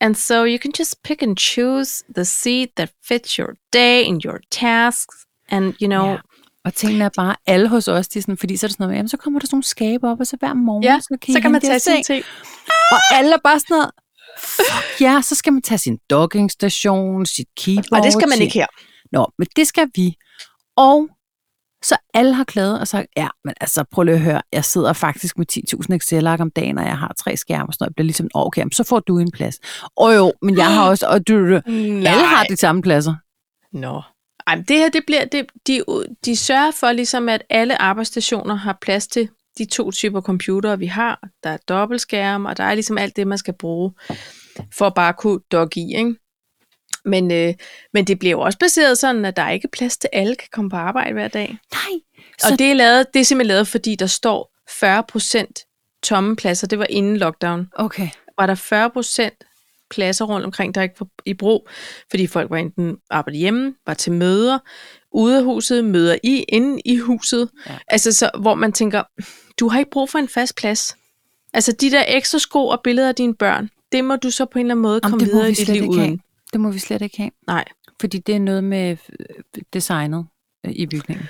A: And so you can just pick and choose the seat that fits your day and your tasks. And you know,
B: Ja. Og tingene er bare alle hos os, de er sådan, fordi så er det sådan noget, med, jamen, så kommer der sådan nogle skabe op, og så hver morgen,
A: ja,
B: Mm, så kan,
A: så
B: I
A: kan man
B: hente
A: tage
B: jeres
A: sin
B: ting.
A: ting.
B: Og alle er bare sådan noget, fuck ja, så skal man tage sin doggingstation, sit keyboard.
A: Og det skal man ikke her.
B: Nå, men det skal vi. Og Så alle har klaget og sagt, ja, men altså prøv lige at høre, jeg sidder faktisk med 10.000 Excel-ark om dagen, og jeg har tre skærme og sådan noget. Jeg bliver ligesom, "Åh, okay, men så får du en plads. Og jo, men jeg har også, og du, du, du.
A: Mm. Nej.
B: alle har de samme pladser.
A: Nå. Ej, men det her, det bliver, det, de, de sørger for ligesom, at alle arbejdsstationer har plads til de to typer computere, vi har. Der er dobbeltskærm, og der er ligesom alt det, man skal bruge for at bare kunne dogge i, ikke? Men, øh, men det bliver jo også baseret sådan, at der er ikke plads til, at alle kan komme på arbejde hver dag.
B: Nej.
A: Så
B: Så-
A: og det er, lavet, det er simpelthen lavet, fordi der står 40 procent tomme pladser. Det var inden lockdown
B: Okay.
A: var der 40 procent pladser rundt omkring, der ikke var i brug, fordi folk var enten arbejdet hjemme, var til møder, ude af huset, møder i, inde i huset.
B: Ja.
A: Ja. Altså, så, hvor man tænker, du har ikke brug for en fast plads. Altså, de der ekstra sko og billeder af dine børn, det må du så på en eller anden måde
B: Jamen,
A: komme
B: det må
A: videre i
B: vi
A: dit
B: slet
A: liv
B: ikke have.
A: uden.
B: Det må vi slet ikke have.
A: Nej.
B: fordi det er noget med øh, designet øh, i bygningen.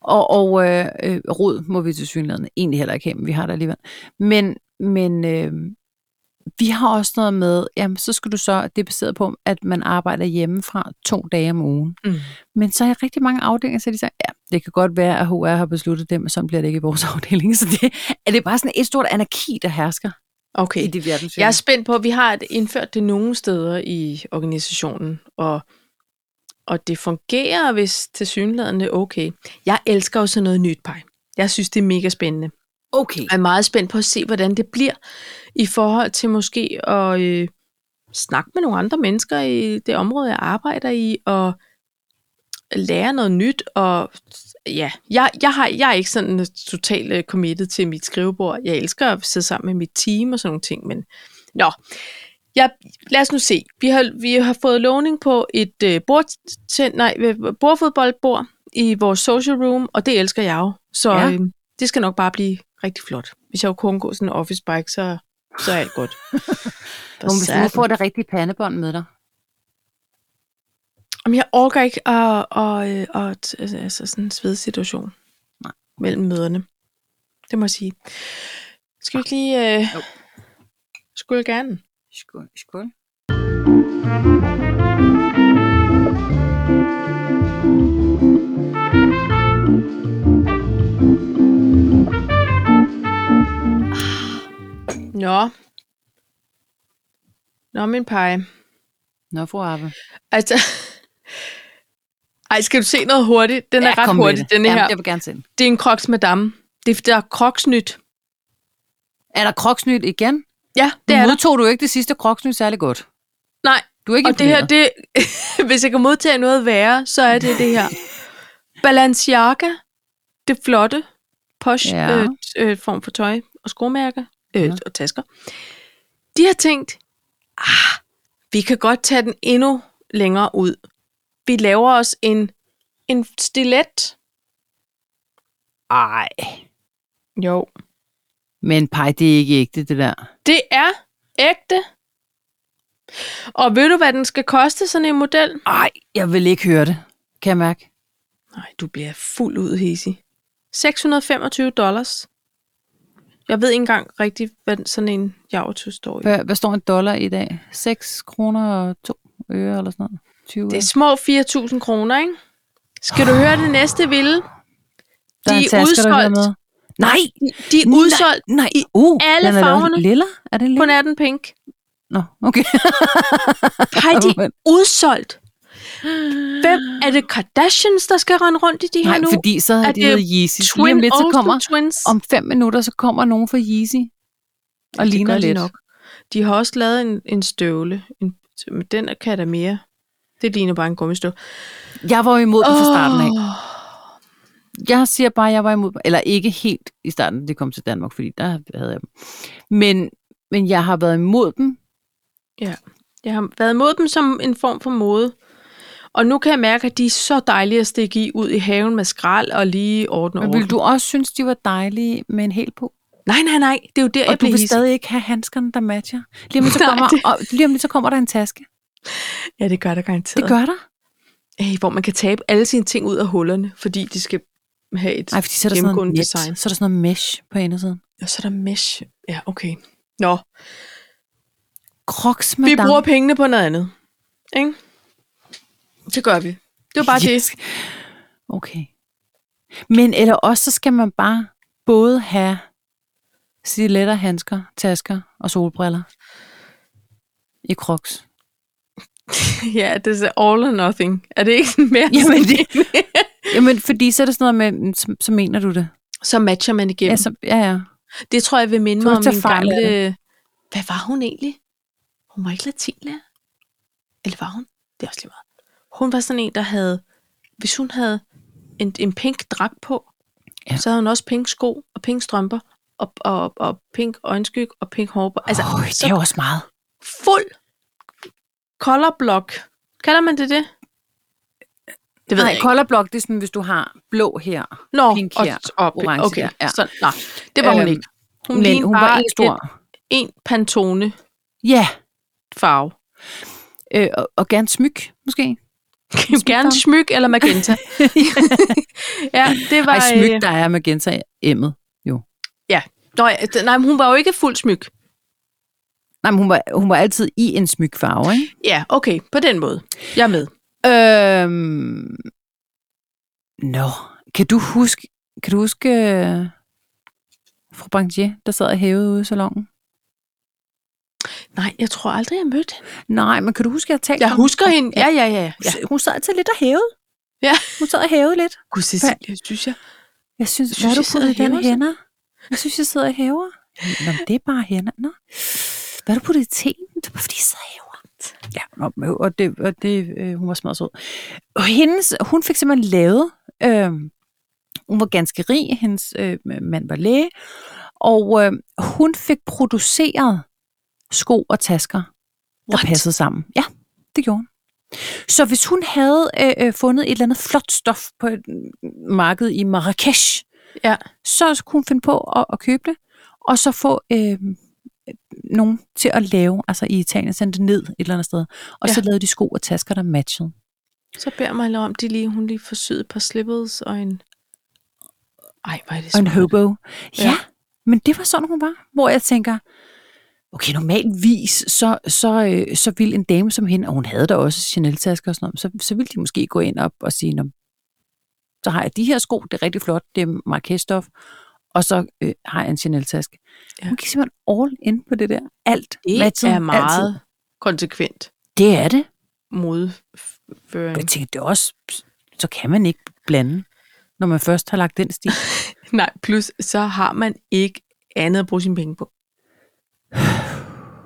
B: Og, og øh, øh, rod må vi til synligheden egentlig heller ikke have, men vi har det alligevel. Men, men øh, vi har også noget med, jamen så skal du så, det er baseret på, at man arbejder hjemmefra to dage om ugen.
A: Mm.
B: Men så er jeg rigtig mange afdelinger, så de siger, ja, det kan godt være, at HR har besluttet det, men sådan bliver det ikke i vores afdeling. Så det, er det bare sådan et stort anarki, der hersker
A: Okay.
B: i det verdenssyn.
A: Jeg er spændt på, at vi har et- indført det nogle steder i organisationen, og, og det fungerer, hvis til synligheden okay. Jeg elsker jo sådan noget nyt pej. Jeg synes, det er mega spændende.
B: Okay.
A: Jeg er meget spændt på at se, hvordan det bliver i forhold til måske at øh, snakke med nogle andre mennesker i det område, jeg arbejder i, og lære noget nyt. Og ja, jeg, jeg, har, jeg er ikke sådan totalt øh, committed til mit skrivebord. Jeg elsker at sidde sammen med mit team og sådan nogle ting, men nå. Ja, lad os nu se. Vi har, vi har fået låning på et øh, bord, til, nej, øh, bordfodboldbord i vores social room, og det elsker jeg jo. Så
B: Ja.
A: ja. øh, det skal nok bare blive rigtig flot. Hvis jeg kunne undgå sådan en office bike, så, så er alt godt. For
B: Hvis du nu
A: satan.
B: får det rigtige pandebånd med dig.
A: Jamen, jeg orker ikke at, at, at, at, at altså sådan en svedsituation
B: Nej.
A: mellem møderne. Det må jeg sige. Skal vi ikke lige... Øh,
B: Jo.
A: skulle gerne.
B: Skål. Skål.
A: Nå. Nå, min pege.
B: Nå, fru Arve.
A: Altså... Ej, skal du se noget hurtigt? Den er ret
B: kom med
A: hurtig,
B: det.
A: den her.
B: Jamen, jeg vil gerne se den.
A: Det er en crocs madame. Det er, der er crocsnyt.
B: Er der kroksnyt igen?
A: Ja,
B: Det
A: det er der.
B: modtog du ikke det sidste kroksnyt særlig godt.
A: Nej,
B: Du er ikke
A: og det her, det... hvis jeg kan modtage noget værre, så er det det her. Balenciaga, det flotte, posh
B: Ja.
A: ja. øh, øh, form for tøj og skomærker øh,
B: Ja.
A: og tasker. De har tænkt, ah, vi kan godt tage den endnu længere ud. Vi laver os en, en stilet.
B: Ej.
A: Jo.
B: Men pej, det er ikke ægte, det der.
A: Det er ægte. Og ved du, hvad den skal koste, sådan en model?
B: Ej, jeg vil ikke høre det. Kan jeg mærke?
A: Nej, du bliver fuld ud, Hesi. 625 dollars. Jeg ved ikke engang rigtigt, hvad den- sådan en javertus står i.
B: Hvad, hvad står en dollar i dag? 6 kroner og 2 øre eller sådan noget? 20
A: Det
B: øre.
A: er små 4.000 kroner, ikke? Skal du høre det næste vilde?
B: Der er
A: de
B: en
A: er
B: taske, der hører
A: udsolgt.
B: med. Nej!
A: De er udsolgt
B: Nej,
A: i
B: uh,
A: alle
B: den er lavet
A: farverne.
B: Lilla? Er det
A: på
B: lilla?
A: natten pink.
B: Nå, okay.
A: Har de
B: Men-
A: udsolgt? Hvem er det Kardashians, der skal rende rundt i de her
B: Nej,
A: nu?
B: fordi så har
A: er
B: de
A: det
B: hedder Yeezy. Lige
A: Twin
B: om lidt, så
A: Olsen
B: kommer,
A: Twins.
B: om fem minutter, så kommer nogen fra Yeezy. Og
A: det
B: ligner
A: gør de
B: lidt.
A: nok. De har også lavet en, en støvle. En, men den kan jeg da mere. Det ligner bare en gummistøvle.
B: Jeg var jo imod den fra starten af.
A: Åh.
B: Jeg siger bare, at jeg var imod, eller ikke helt i starten, det kom til Danmark, fordi der havde jeg dem. Men, men jeg har været imod dem.
A: Jeg har været imod dem som en form for mode. Og nu kan jeg mærke, at de er så dejlige at stikke i ud i haven med skrald og lige ordne
B: Men
A: over.
B: ville du også synes, de var dejlige med en hel på?
A: Nej, nej, nej. Det er jo der, jeg
B: Og du
A: bliver
B: vil
A: hidsig.
B: stadig ikke have handskerne, der matcher. Lige om lidt, så
A: Nej,
B: kommer,
A: det-
B: og, lige om lidt, så kommer der en taske.
A: Ja, det gør der garanteret.
B: Det gør der.
A: Ej, hvor man kan tabe alle sine ting ud af hullerne, fordi de skal have et...
B: Nej, fordi så er der sådan noget
A: Gennemgående
B: net,
A: design.
B: så er der sådan noget mesh på indersiden.
A: Og så er der mesh. Ja, okay. Nå,
B: Crocs,
A: vi
B: madame.
A: bruger pengene på noget andet. Ikke? Det gør vi. Det var bare yes. det.
B: Okay. Men eller også, så skal man bare både have stiletter, handsker, tasker og solbriller i crocs.
A: ja, det er all or nothing. Er det ikke sådan mere?
B: Jamen, det- Jamen, fordi så er der sådan noget med, mm, så, så mener du det.
A: så matcher man igennem.
B: Ja,
A: Altså,
B: så, ja, ja.
A: det tror jeg vil minde
B: Så
A: mig om
B: man tager
A: min
B: fejl af
A: gamle... Hvad var hun egentlig? Hun var ikke latinlærer. Eller var hun? Det er også lige meget. Hun var sådan en, der havde... Hvis hun havde en, en pink dragt på,
B: Ja.
A: ja. så havde hun også pink sko og pink strømper og, og, og pink øjenskygge og pink hårbånd. Altså,
B: Øj, det
A: så
B: er jo også meget.
A: fuld color block. Kalder man det det? Det ved
B: Nej,
A: jeg ikke.
B: color block, det er sådan, hvis du har blå her.
A: Nå,
B: pink
A: og,
B: her,
A: og,
B: orange
A: okay.
B: der, ja.
A: Så, nå, det var hun
B: Øhm,
A: ikke. Hun
B: Hun, men
A: lignede
B: hun var
A: bare
B: en stor.
A: en pantone
B: Ja,
A: farve.
B: øh, og, og gerne smyk, måske.
A: Gerne
B: dig.
A: smyk eller magenta. ja, det var...
B: Ej, smyk,
A: øh,
B: der er magenta emmet.
A: Nå, ja, d- nej, men hun var jo ikke fuld smyk.
B: Nej, men hun var, hun var altid i en smykfarve, ikke?
A: Ja, okay, på den måde. Jeg er med.
B: Øhm, nå, kan du huske, kan du huske øh, fru Brangier, der sad og hævede ude i salongen?
A: Nej, jeg tror aldrig, jeg mødte hende.
B: Nej, men kan du huske, at jeg talte
A: Jeg
B: om-
A: husker hende. Ja, ja, ja. ja.
B: Hun sad altid lidt og hævede.
A: Ja.
B: Hun sad og hævede lidt.
A: Gud, Cecilie, synes jeg.
B: Jeg synes,
A: Synes,
B: hvad
A: jeg
B: har du
A: sidder
B: puttet i
A: og
B: den
A: hæver sig?
B: hænder? Jeg synes, jeg sidder og hæver. Nå, men det er bare hænder. Nå. Hvad har du puttet i teen? Det er bare, fordi jeg sidder og hæver. Ja, nå, men- og det, og det øh, hun var smadret sød. Og hendes, hun fik simpelthen lavet, øh, hun var ganske rig, hendes øh, mand var læge, og øh, hun fik produceret sko og tasker, der
A: What?
B: passede sammen. Ja, det gjorde hun. Så hvis hun havde øh, øh, fundet et eller andet flot stof på et øh, marked i Marrakesh,
A: Ja.
B: så kunne hun finde på at, at købe det, og så få øh, nogen til at lave, altså i Italien, sende det ned et eller andet sted. Og ja. så
A: Ja.
B: lavede de sko og tasker, der matchede.
A: Så beder mig om, de lige, hun lige får syet et par slippers og en... Ej, hvor er det
B: Og en
A: smart.
B: hobo. Ja. ja,
A: Ja.
B: men det var sådan, hun var. Hvor jeg tænker, okay, normalvis, så, så, øh, så ville en dame som hende, og hun havde da også Chanel-tasker og sådan noget, så, så ville de måske gå ind op og sige, "Nå, så har jeg de her sko, det er rigtig flot, det er Marquestof, og så øh, har jeg en Chanel-taske. Ja.
A: Ja.
B: Hun gik simpelthen all in på det der. Alt
A: Det
B: matchede
A: er meget
B: Altid.
A: konsekvent
B: Det er det. Og
A: modføring.
B: Jeg tænker, det er også, så kan man ikke blande, når man først har lagt den stil.
A: Nej, plus så har man ikke andet at bruge sine penge på.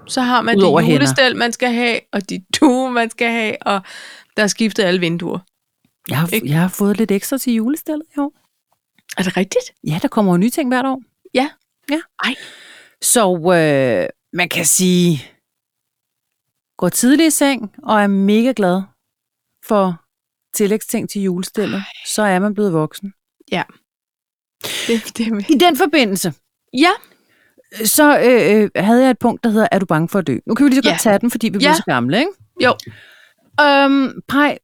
A: Så har man
B: Udover
A: det
B: hænder.
A: julestel, man skal have, og de due, man skal have, og der er skiftet alle vinduer.
B: Jeg har,
A: Ikke?
B: jeg har fået lidt ekstra til julestillet i år.
A: Er det rigtigt?
B: Ja, der kommer jo nye ting hvert år.
A: Ja.
B: Ja.
A: Ej.
B: Så øh, man kan sige, gå tidlig i seng og er mega glad for tillægsting til julestillet, så er man blevet voksen.
A: Det, det er
B: I den forbindelse,
A: ja,
B: så øh, øh, havde jeg et punkt, der hedder, er du bange for at dø? Nu kan vi lige så godt
A: Ja.
B: tage den, fordi vi bliver
A: Ja.
B: så gamle, ikke?
A: Jo.
B: Øhm, Paj,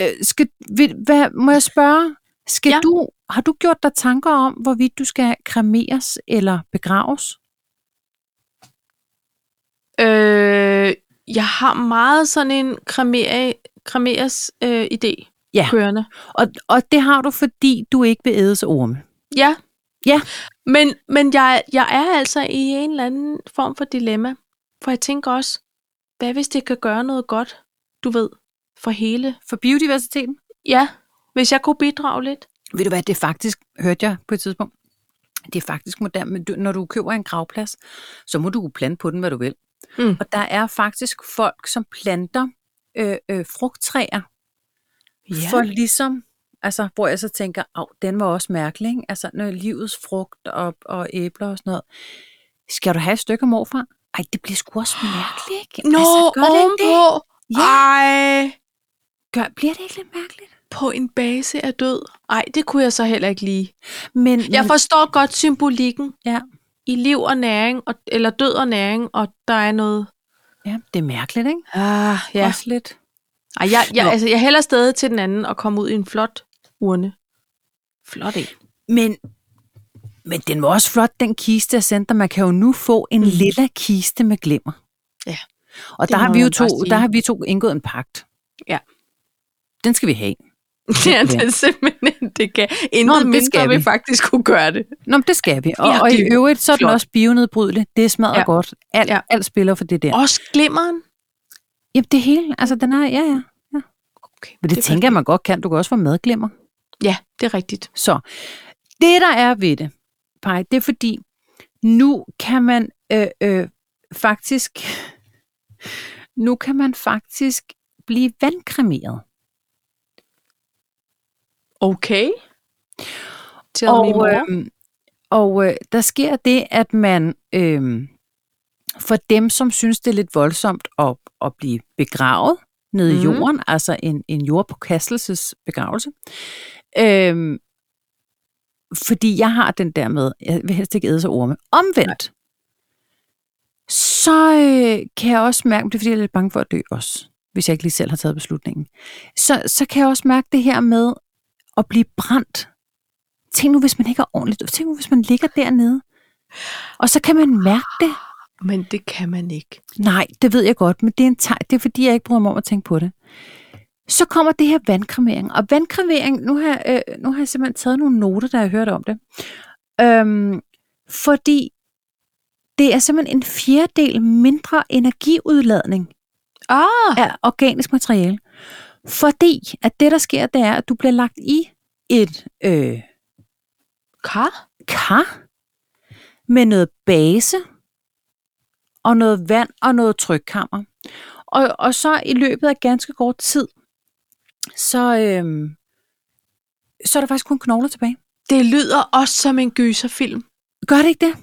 B: øh, skal, vil, hvad, må jeg spørge? Skal ja.
A: Ja.
B: du, har du gjort dig tanker om, hvorvidt du skal kremeres eller begraves?
A: øh, jeg har meget sådan en kremere, kremeres øh, idé
B: Ja.
A: kørende.
B: Og, og det har du, fordi du ikke vil ædes orme.
A: Ja.
B: Ja.
A: Men, men jeg, jeg er altså i en eller anden form for dilemma. For jeg tænker også, hvad hvis det kan gøre noget godt, du ved, for hele
B: For biodiversiteten?
A: Ja, hvis jeg kunne bidrage lidt.
B: Ved du hvad, det er faktisk, hørte jeg på et tidspunkt, det er faktisk moderne, men du, når du køber en gravplads, så må du jo plante på den, hvad du vil.
A: Mm.
B: Og der er faktisk folk, som planter øh, øh, frugttræer, ja. for ligesom, altså, hvor jeg så tænker, Au, den var også mærkelig, ikke? altså når livets frugt og, og æbler og sådan noget. Skal du have et stykke af morfar? Ej, det bliver sgu også mærkeligt, ikke?
A: Nå,
B: altså,
A: altså,
B: det ikke det?
A: ovenpå.
B: Ja.
A: Ej,
B: Gør, bliver det ikke lidt mærkeligt?
A: på en base af død. Ej, det kunne jeg så heller ikke lide.
B: Men,
A: Jeg
B: men-
A: forstår godt symbolikken
B: Ja.
A: i liv og næring, og, eller død og næring, og der er noget...
B: Ja, det er mærkeligt, ikke?
A: Ah,
B: Ja.
A: ja.
B: Også lidt.
A: Ej, jeg, jeg,
B: Nå.
A: altså, jeg hælder stadig til den anden og komme ud i en flot urne. Flot en.
B: Men, men den var også flot, den kiste, jeg sendte dig. Man kan jo nu få en mm.
A: Mhm.
B: lilla kiste med glimmer.
A: Ja,
B: Og
A: det
B: der har,
A: må
B: vi jo
A: man
B: to,
A: bare sige.
B: der har vi to indgået en pagt.
A: Ja.
B: Den skal vi have.
A: Ja, det er simpelthen, det kan. Intet
B: men det
A: mindre
B: skal
A: vil
B: vi.
A: faktisk kunne gøre det.
B: Nå, men det skal vi. Og,
A: Ja,
B: og
A: det
B: i
A: er
B: øvrigt, så er den
A: flot.
B: også bionedbrydelig. Det smadrer
A: Ja.
B: ja. godt. Alt,
A: Ja.
B: ja. alt spiller for det der.
A: Også glimmeren.
B: Jamen, det hele. Altså, den er... Ja, ja. ja.
A: Okay,
B: Men det, det tænker jeg, man godt kan. Du kan også få madglemmer.
A: Ja, det er rigtigt.
B: Så det, der er ved det, Paj, det er fordi, nu kan man øh, øh, faktisk... Nu kan man faktisk blive vandkremeret.
A: Okay. Tell og, me
B: Og,
A: more.
B: øh, og øh, der sker det, at man øh, for dem, som synes, det er lidt voldsomt at, at blive begravet nede mm.
A: Mhm.
B: i jorden, altså en, en jordpåkastelsesbegravelse, øh, fordi jeg har den der med, jeg vil helst ikke æde så orme, omvendt, så øh, kan jeg også mærke, det er fordi, jeg er lidt bange for at dø også, hvis jeg ikke lige selv har taget beslutningen, så, så kan jeg også mærke det her med at blive brændt. Tænk nu, hvis man ikke er ordentligt. Tænk nu, hvis man ligger dernede. Og så kan man mærke det.
A: Men det kan man ikke.
B: Nej, det ved jeg godt, men det er, en teg- det er fordi, jeg ikke bryder mig om at tænke på det. Så kommer det her vandkremering. Og vandkremering, nu har, jeg, øh, nu har jeg simpelthen taget nogle noter, der jeg hørte om det. Øhm, fordi det er simpelthen en fjerdedel mindre energiudladning
A: Ah,
B: af organisk materiale. Fordi at det, der sker, det er, at du bliver lagt i et øh,
A: kar?
B: kar med noget base og noget vand og noget trykkammer. Og, og så i løbet af ganske kort tid, så, øhm, så er der faktisk kun knogler tilbage.
A: Det lyder også som en gyserfilm.
B: Gør det ikke det?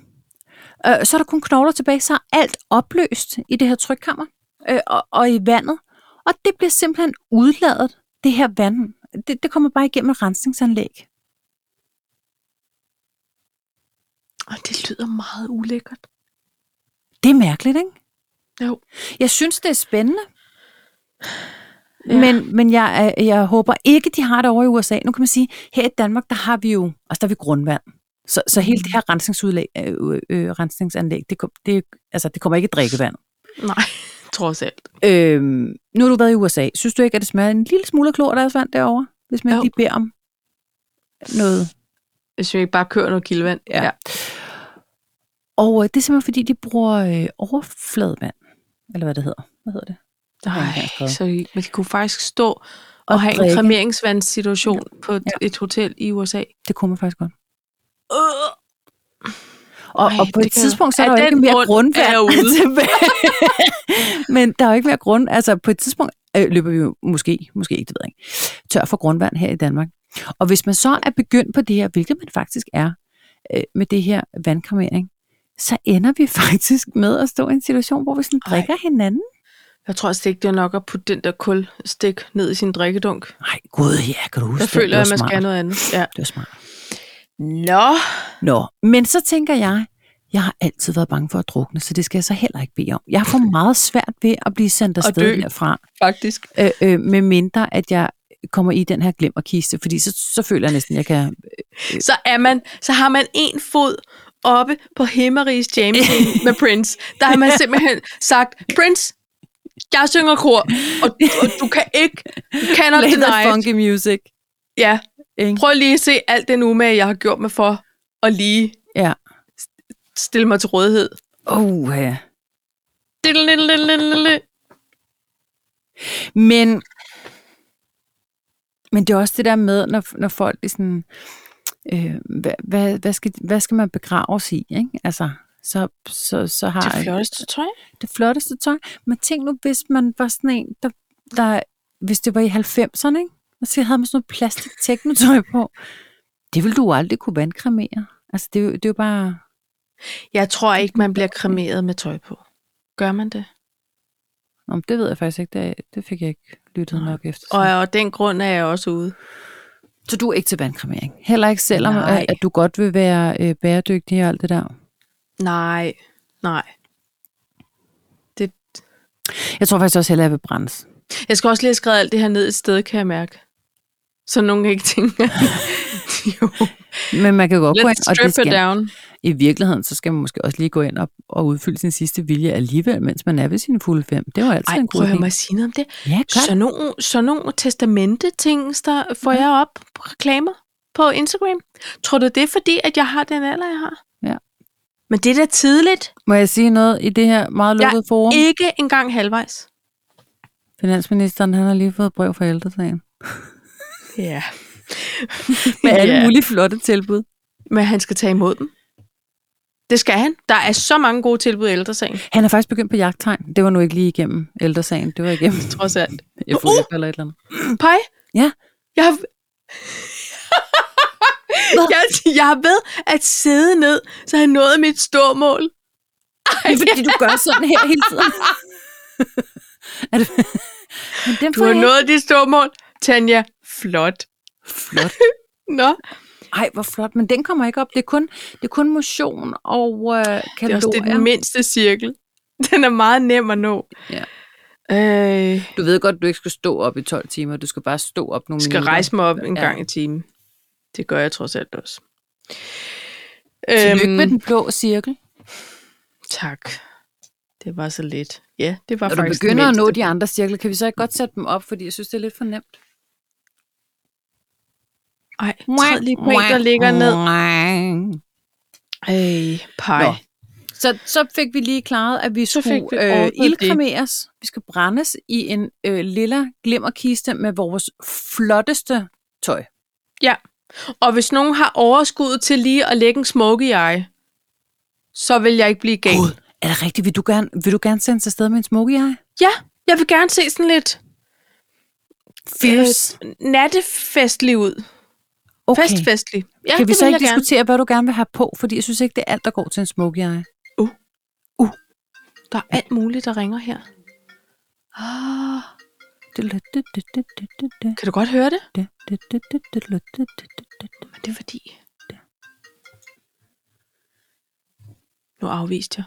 B: Øh, så er der kun knogler tilbage, så er alt opløst i det her trykkammer øh, og, og i vandet. Og det bliver simpelthen udladet, det her vand. Det, det kommer bare igennem et rensningsanlæg.
A: Og det lyder meget ulækkert.
B: Det er mærkeligt, ikke?
A: Jo.
B: Jeg synes, det er spændende.
A: Ja.
B: Ja. Men, men jeg, øh, jeg håber ikke, de har det over i USA. Nu kan man sige, her i Danmark, der har vi jo altså, der har vi grundvand. Så, så hele
A: Mm.
B: det her rensningsudlæg, øh, øh, øh, rensningsanlæg, det, kom, det, altså, det kommer ikke i drikkevand.
A: Nej, trods alt.
B: Øhm, nu har du været i USA. Synes du ikke, at det smager en lille smule af klordagsvand derovre, hvis man
A: Jo.
B: jo. lige beder om noget?
A: Hvis vi ikke bare kører noget kildevand.
B: Ja. Og øh, det er simpelthen, fordi de bruger øh, overfladevand, eller hvad det hedder. Hvad hedder det? Der har jeg ikke engang
A: Nej,
B: skrevet.
A: så I- men de kunne faktisk stå og, og
B: Og
A: have en
B: drikke.
A: kremeringvandssituation ja. på et, ja. et hotel i USA.
B: Det kunne man faktisk godt.
A: Øh,
B: Og,
A: Ej,
B: og på
A: det
B: et
A: kan-
B: tidspunkt, så er
A: af
B: der jo
A: den
B: ikke mere
A: grund er jeg ude.
B: grundvand tilbage. Men der er jo ikke mere grund. Altså, på et tidspunkt øh, løber vi jo måske, måske ikke, det ved jeg ikke, tør for grundvand her i Danmark. Og hvis man så er begyndt på det her, hvilket man faktisk er, øh, med det her vandkramering, så ender vi faktisk med at stå i en situation, hvor vi sådan
A: Ej.
B: drikker hinanden.
A: jeg tror slet ikke, det er nok at putte den der kulstik ned i sin drikkedunk.
B: Nej, gud ja, kan du huske
A: Jeg
B: det? Det
A: føler,
B: var
A: at man
B: smart.
A: skal have noget andet. Ja.
B: Det var smart.
A: Nå,
B: Nå, men så tænker jeg, jeg har altid været bange for at drukne, så det skal jeg så heller ikke bede om. Jeg har for meget svært ved at blive sendt afsted
A: dø.
B: herfra,
A: faktisk.
B: øh, øh, med mindre at jeg kommer i den her glemmerkiste, fordi så, så føler jeg næsten, at jeg kan...
A: Så, er man, så har man en fod oppe på Himmeris James Dean med Prince. Der har man simpelthen sagt, Prince, jeg synger kor, og, og du kan ikke, du cannot
B: Play
A: deny
B: that
A: it."
B: funky music.
A: Ja,
B: Ikke?
A: prøv lige at se alt den umage, jeg har gjort mig for at lige
B: Ja.
A: stille mig til rådighed.
B: Oh, ja.
A: Diddle-diddle-diddle-diddle.
B: Men, men det er også det der med, når, når folk er sådan, øh, hvad, hvad, hvad, skal, hvad skal man begraves i? Ikke? Altså, så, så, så har
A: Det flotteste tøj.
B: det flotteste tøj. Men tænk nu, hvis man var sådan en, der, der hvis det var i 90'erne, ikke? og så havde man sådan noget plastik teknotøj på. Det ville du aldrig kunne vandkremere. Altså, det, er jo- det er jo bare...
A: Jeg tror ikke, man bliver kremeret med tøj på. Gør man det?
B: Nå, men det ved jeg faktisk ikke. Det, det fik jeg ikke lyttet nok efter.
A: Og af den grund er jeg også ude.
B: så du er ikke til vandkremering? Heller ikke, selvom
A: Nej.
B: at, at du godt vil være øh, bæredygtig og alt det der?
A: Nej, nej.
B: Jeg tror faktisk også hellere, at jeg vil brændes.
A: Jeg skal også lige have skrevet alt det her ned et sted, kan jeg mærke. Så nogen ikke tænker, jo.
B: Men man kan jo godt gå ind,
A: Let's
B: og det
A: strip
B: skal,
A: her down.
B: i virkeligheden, så skal man måske også lige gå ind og, og udfylde sin sidste vilje alligevel, mens man er ved sine fulde fem. Det var altid
A: Ej,
B: en god
A: prøv at høre
B: idé.
A: mig at sige noget om det.
B: Ja, godt. Mhm.
A: Så nogle, så nogle testamente-ting, der får jeg op på reklamer på Instagram. Tror du, det er fordi, at jeg har den alder, jeg har?
B: Ja.
A: Men det er da tidligt.
B: Må jeg sige noget i det her meget
A: Jeg-
B: lukkede ja, forum?
A: Ikke engang halvvejs.
B: Finansministeren, han har lige fået brev fra ældresagen.
A: Ja.
B: Med alle
A: ja.
B: mulige flotte tilbud.
A: Men han skal tage imod dem. Det skal han. Der er så mange gode tilbud i ældresagen,
B: Han er faktisk begyndt på jagttegn. Det var nu ikke lige igennem ældresagen. Det var igennem Uh!
A: trods alt.
B: FUF eller et eller andet.
A: Pej?
B: Ja.
A: Jeg har... jeg, jeg er ved at sidde ned, så han nåede mit stormål.
B: Det er fordi, du gør sådan her hele tiden. er det... Men den
A: Du
B: får
A: har
B: jeg
A: nået dit stormål, Tanja. Flot.
B: flot.
A: Nå,
B: Ej, hvor flot. Men den kommer ikke op. Det er kun, det er kun motion og øh,
A: det er
B: kalorier.
A: også det den mindste cirkel. Den er meget nem at nå.
B: Ja.
A: Øh,
B: Du ved godt, du ikke skal stå op i 12 timer. Du skal bare stå op nogle
A: jeg skal
B: minutter.
A: rejse mig op en
B: Mm, Ja.
A: gang i timen. Det gør jeg trods alt også. Øhm,
B: Tillykke med den blå cirkel.
A: tak. Det var så lidt. Ja, det var
B: Når du
A: faktisk det
B: begynder at nå
A: mindste.
B: de andre cirkler, kan vi så ikke godt sætte dem op, fordi jeg synes, det er lidt for nemt.
A: Ej, træd lige på en, der ligger ned. Ej, pej.
B: Nå. Så, så fik vi lige klaret, at vi
A: Så fik
B: skulle øh,
A: vi ordnet det.
B: ildkremeres. Vi skal brændes i en øh, lilla glimmerkiste med vores flotteste tøj.
A: Og hvis nogen har overskud til lige at lægge en smoky eye, så vil jeg ikke blive gal.
B: God, er det rigtigt? Vil du gerne, vil du gerne sende sig afsted med en smokey eye?
A: Ja, jeg vil gerne se sådan lidt
B: Fierce.
A: øh, nattefestlig ud.
B: Okay.
A: Okay. Festfestlig. Ja,
B: kan vi
A: det
B: så
A: vil
B: ikke
A: jeg gerne.
B: diskutere, hvad du gerne vil have på? Fordi jeg synes ikke, det er alt, der går til en smokey eye.
A: Der er alt muligt, der ringer her. Oh, kan du godt høre det? Men det er fordi... Nu afviste jeg.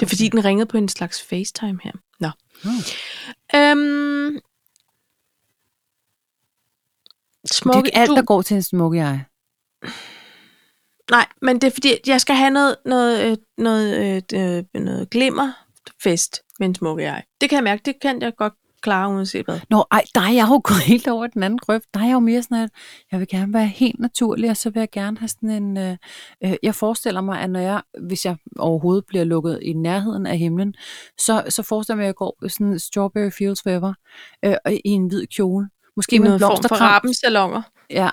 A: Det er fordi, den ringede på en slags FaceTime her. Nå.
B: Hmm.
A: Øhm,
B: Det er
A: smukke,
B: ikke alt,
A: du,
B: der går til en smokey eye.
A: Nej, men det er fordi, at jeg skal have noget, noget, øh, noget, noget, noget glimmerfest med en smukke jeg. Det kan jeg mærke, det kan jeg godt klare uanset hvad.
B: Nå, ej, der er jeg jo gået helt over i den anden grøft. Der er jeg jo mere sådan, at jeg vil gerne være helt naturlig, og så vil jeg gerne have sådan en... Øh, øh, jeg forestiller mig, at når jeg, hvis jeg overhovedet bliver lukket i nærheden af himlen, så, så forestiller jeg mig, at jeg går i sådan Strawberry Fields Forever øh, og i en hvid kjole. Måske
A: I
B: med en
A: noget form for
B: blomsterkram.
A: rappensalonger.
B: Ja,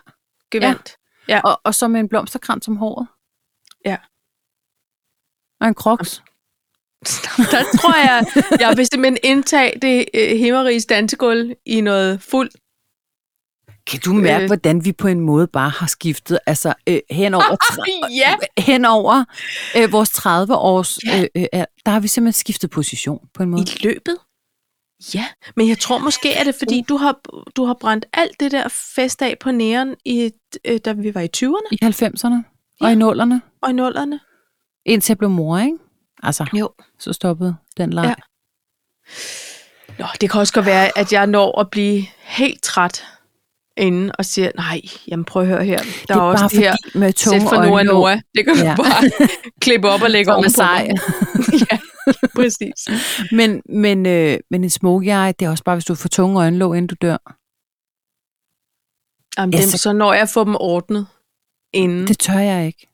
A: Gevandt.
B: og, og så med en blomsterkram som håret.
A: Ja.
B: Og en kroks.
A: Ja. Der tror jeg, jeg vil simpelthen indtage det øh, himmeriges dansegulv i noget fuld.
B: Kan du mærke,
A: Øh.
B: hvordan vi på en måde bare har skiftet altså, øh, hen over, tre,
A: Ja,
B: hen over øh, vores 30 års...
A: Ja.
B: Øh, øh, er- der har vi simpelthen skiftet position på en måde.
A: i løbet. Ja, men jeg tror måske, at det er, fordi du har, du har brændt alt det der fest af på næren, i, øh, da vi var i 20'erne
B: I 90'erne og i
A: Ja.
B: 0'erne.
A: og i 0'erne.
B: Indtil jeg blev mor, ikke? Altså,
A: Jo.
B: så stoppede den leg.
A: Ja.
B: Ja.
A: Nå, det kan også godt være, at jeg når at blive helt træt inden og siger, nej, jamen prøv at høre her. Der
B: Det
A: er,
B: er
A: også
B: bare
A: det her
B: fordi med
A: sæt
B: tunge
A: for Noah
B: øjenlåg,
A: Noah. Det kan
B: Ja.
A: du bare klippe op og lægge
B: hvor
A: om
B: man
A: på.
B: sej.
A: ja, præcis.
B: Men, men, øh, men en smokey eye, det er også bare, hvis du får tunge øjenlåg, inden du dør.
A: Mm. Jamen,
B: Ja,
A: dem,
B: så-
A: så når jeg får dem ordnet inden. Det,
B: Det tør jeg ikke.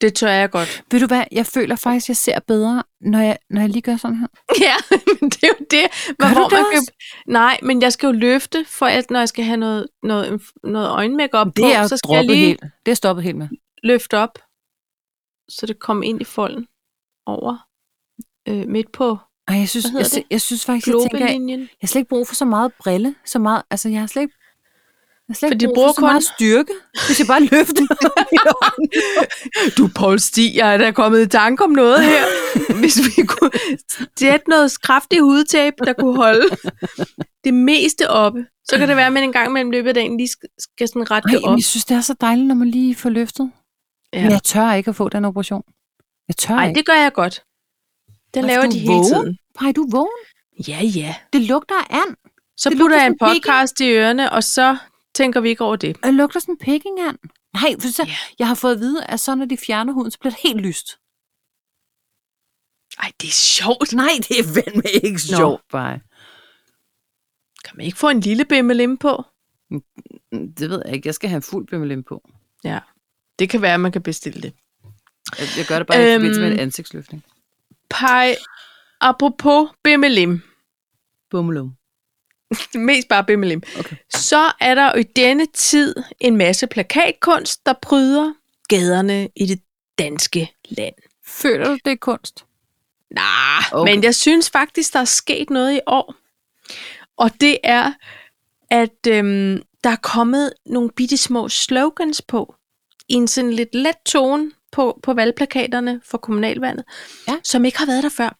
A: det tør jeg godt.
B: Ved du hvad, jeg føler faktisk, jeg ser bedre, når jeg, når jeg lige gør sådan her.
A: Ja, men det er jo det.
B: Gør du det
A: kan...
B: også?
A: Nej, men jeg skal jo løfte, for at når jeg skal have noget, noget, noget øjenmakeup på,
B: Det er
A: så skal jeg lige
B: helt. Det er stoppet helt med.
A: løfte op, så det kom ind i folden over øh, midt på
B: Ej, jeg synes,
A: Hvad hedder
B: jeg, jeg, jeg synes faktisk, jeg tænker, jeg,
A: globelinjen.
B: jeg har slet ikke brug for så meget brille, så meget, altså jeg har slet ikke, jeg har slet
A: Fordi
B: ikke
A: du
B: brug for så
A: bruger kun-
B: meget styrke, hvis jeg bare løfter.
A: Du, Paul Stig, jeg er da kommet i tanke om noget her. Hvis vi kunne sætte noget kraftigt hudtape, der kunne holde det meste oppe, så kan det være, at man en gang imellem i løbet af dagen lige skal, skal sådan rette det
B: Ej,
A: op.
B: men jeg synes, det er så dejligt, når man lige får løftet. Ja. Men
A: Ja.
B: jeg tør ikke at få den operation. Jeg tør
A: Nej,
B: ikke.
A: det gør jeg godt. Den
B: Og
A: laver
B: du
A: de hele
B: vågen?
A: tiden.
B: Pej, du er vågen.
A: Ja, ja.
B: Det lugter af and.
A: Så
B: Det
A: putter
B: lugter
A: jeg
B: som
A: en podcast i ørerne, og så tænker vi ikke over det.
B: Det lugter sådan en peking and. Nej, for så,
A: Ja.
B: jeg har fået at vide, at så når de fjerner huden, så bliver det helt lyst.
A: Ej, det er sjovt.
B: Nej, det er fandme ikke
A: Nå.
B: sjovt, bare.
A: Kan man ikke få en lille bimmelim på?
B: Det ved jeg ikke. Jeg skal have en fuld bimmelim på.
A: Ja. Det kan være, at man kan bestille det.
B: Jeg, jeg gør det bare øhm. i
A: Øhm.
B: forbindelse med en ansigtsløftning.
A: Pej, apropos bimmelim.
B: Bummelum.
A: Mest bare bimmelim.
B: Okay.
A: Så er der jo i denne tid en masse plakatkunst, der pryder gaderne i det danske land.
B: Føler du, det er kunst?
A: Nej,
B: Okay.
A: okay. men jeg synes faktisk, der er sket noget i år. Og det er, at øhm, der er kommet nogle bitte små slogans på, i en sådan lidt let tone på, på valgplakaterne for kommunalvalget,
B: Ja.
A: som ikke har været der før.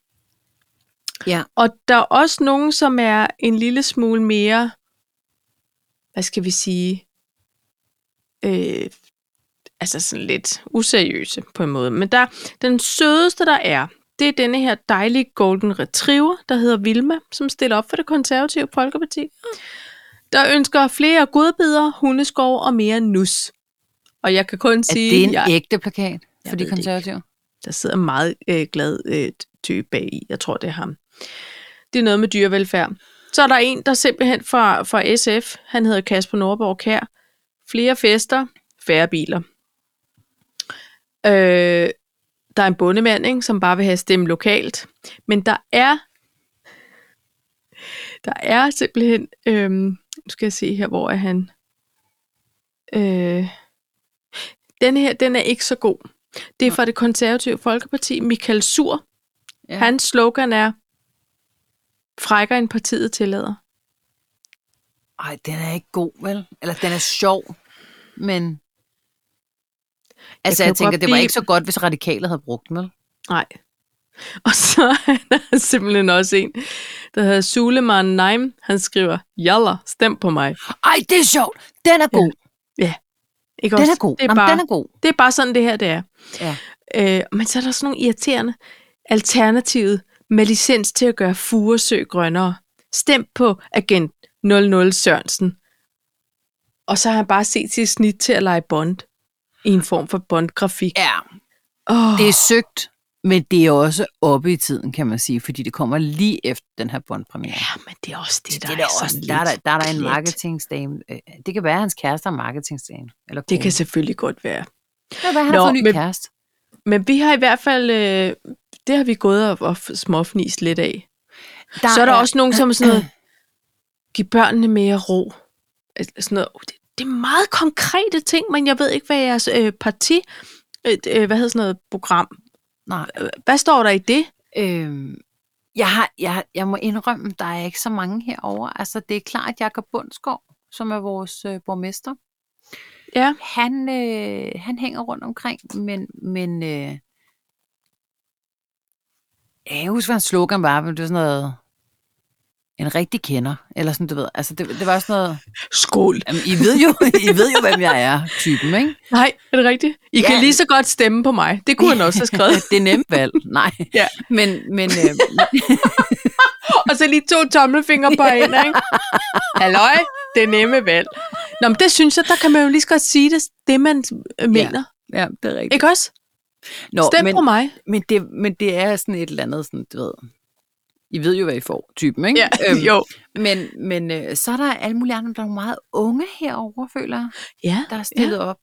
B: Ja.
A: Og der er også nogen, som er en lille smule mere, hvad skal vi sige, øh, altså sådan lidt useriøse på en måde. Men der, den sødeste, der er, det er denne her dejlige golden retriever, der hedder Vilma, som stiller op for det konservative Folkeparti. Der ønsker flere godbidder, hundeskov og mere nus. Og jeg kan kun
B: Er
A: sige,
B: det en
A: jeg,
B: ægte plakat
A: Jeg
B: for
A: ved
B: de
A: det
B: konservative?
A: der sidder en meget øh, glad øh, type bag i. Jeg tror, det er ham. Det er noget med dyrevelfærd. Så er der en, der simpelthen fra, fra SF, han hedder Kasper Norborg Kær. Flere fester, færre biler. Øh, der er en bondemand, ikke, som bare vil have stemme lokalt. Men der er der er simpelthen, øh, nu skal jeg se her, hvor er han. Øh, den her, den er ikke så god. Det er fra det konservative Folkeparti, Michael Sur.
B: Ja.
A: Ja. Hans slogan er, frækker end partiet tillader.
B: Ej, den er ikke god, vel? Eller den er sjov, men... Altså, jeg,
A: kan jo
B: jeg tænker, det
A: godt
B: var
A: blive-
B: ikke så godt, hvis radikale havde brugt den, vel?
A: Nej. Og så er der simpelthen også en, der hedder Suleman Naim. Han skriver, jaller, stem på mig.
B: Ej, det er sjovt! Den er god!
A: Ikke
B: Ja, den
A: også?
B: er god!
A: Det er,
B: Jamen,
A: bare,
B: den er god.
A: det er bare sådan, det her det er.
B: Ja.
A: Øh, men så er der sådan nogle irriterende alternativet med licens til at gøre Furesø grønnere. Stem på agent 00 Sørensen. Og så har han bare set sit snit til at lege Bond i en form for Bond-grafik.
B: Ja,
A: Oh,
B: det er søgt, men det er også oppe i tiden, kan man sige, fordi det kommer lige efter den her bondpremiere.
A: ja, men det er også det,
B: det
A: der, det
B: der,
A: er,
B: også,
A: sådan
B: der, er der,
A: lidt
B: der er der en
A: plet.
B: marketingsdame. Øh, Det kan være, at hans kæreste er marketingsdame. Eller
A: Det kan
B: kone.
A: selvfølgelig godt være.
B: det kan være, han
A: Nå,
B: har fået en ny
A: men-
B: kæreste.
A: Men vi har i hvert fald, øh, det har vi gået og, og småfnist lidt af.
B: Der
A: så er der også nogen, som er sådan noget, giv børnene mere ro. Altså Sådan noget, det, det er meget konkrete ting, men jeg ved ikke, hvad jeres øh, parti, øh, øh, hvad hedder sådan noget program,
B: Nej.
A: Øh, hvad står der i det?
B: Øhm, jeg, har, jeg, jeg må indrømme, der er ikke så mange herover. Altså, det er klart, at Jacob Bundsgaard, som er vores øh, borgmester,
A: Ja.
B: han, øh, han hænger rundt omkring, men, men øh, jeg husker, hvad hans slogan var, men det var sådan noget, en rigtig kender, eller sådan, du ved, altså det, det var sådan noget,
A: Skål.
B: jamen, I ved jo, I ved jo, hvem jeg er, typen, ikke?
A: Nej, er det rigtigt? I
B: Ja.
A: kan lige så godt stemme på mig. Det kunne han også have skrevet.
B: Det er nemt valg, nej.
A: Ja.
B: Men, men, øh,
A: Og så lige to tommelfingre på en, ikke? Halløj, det er nemme valg. Nå, men det synes jeg, der kan man jo lige så godt sige det, det man øh, mener.
B: ja, det er rigtigt.
A: Ikke også?
B: Nå,
A: Stem
B: men,
A: på mig.
B: Men det, men det er sådan et eller andet, sådan, du ved, I ved jo, hvad I får, typen, ikke? Øhm,
A: Ja, Øhm, jo.
B: Men, men øh, så er der alle mulige andre, der er nogle meget unge herovre, føler jeg,
A: Ja,
B: der er stillet ja, op.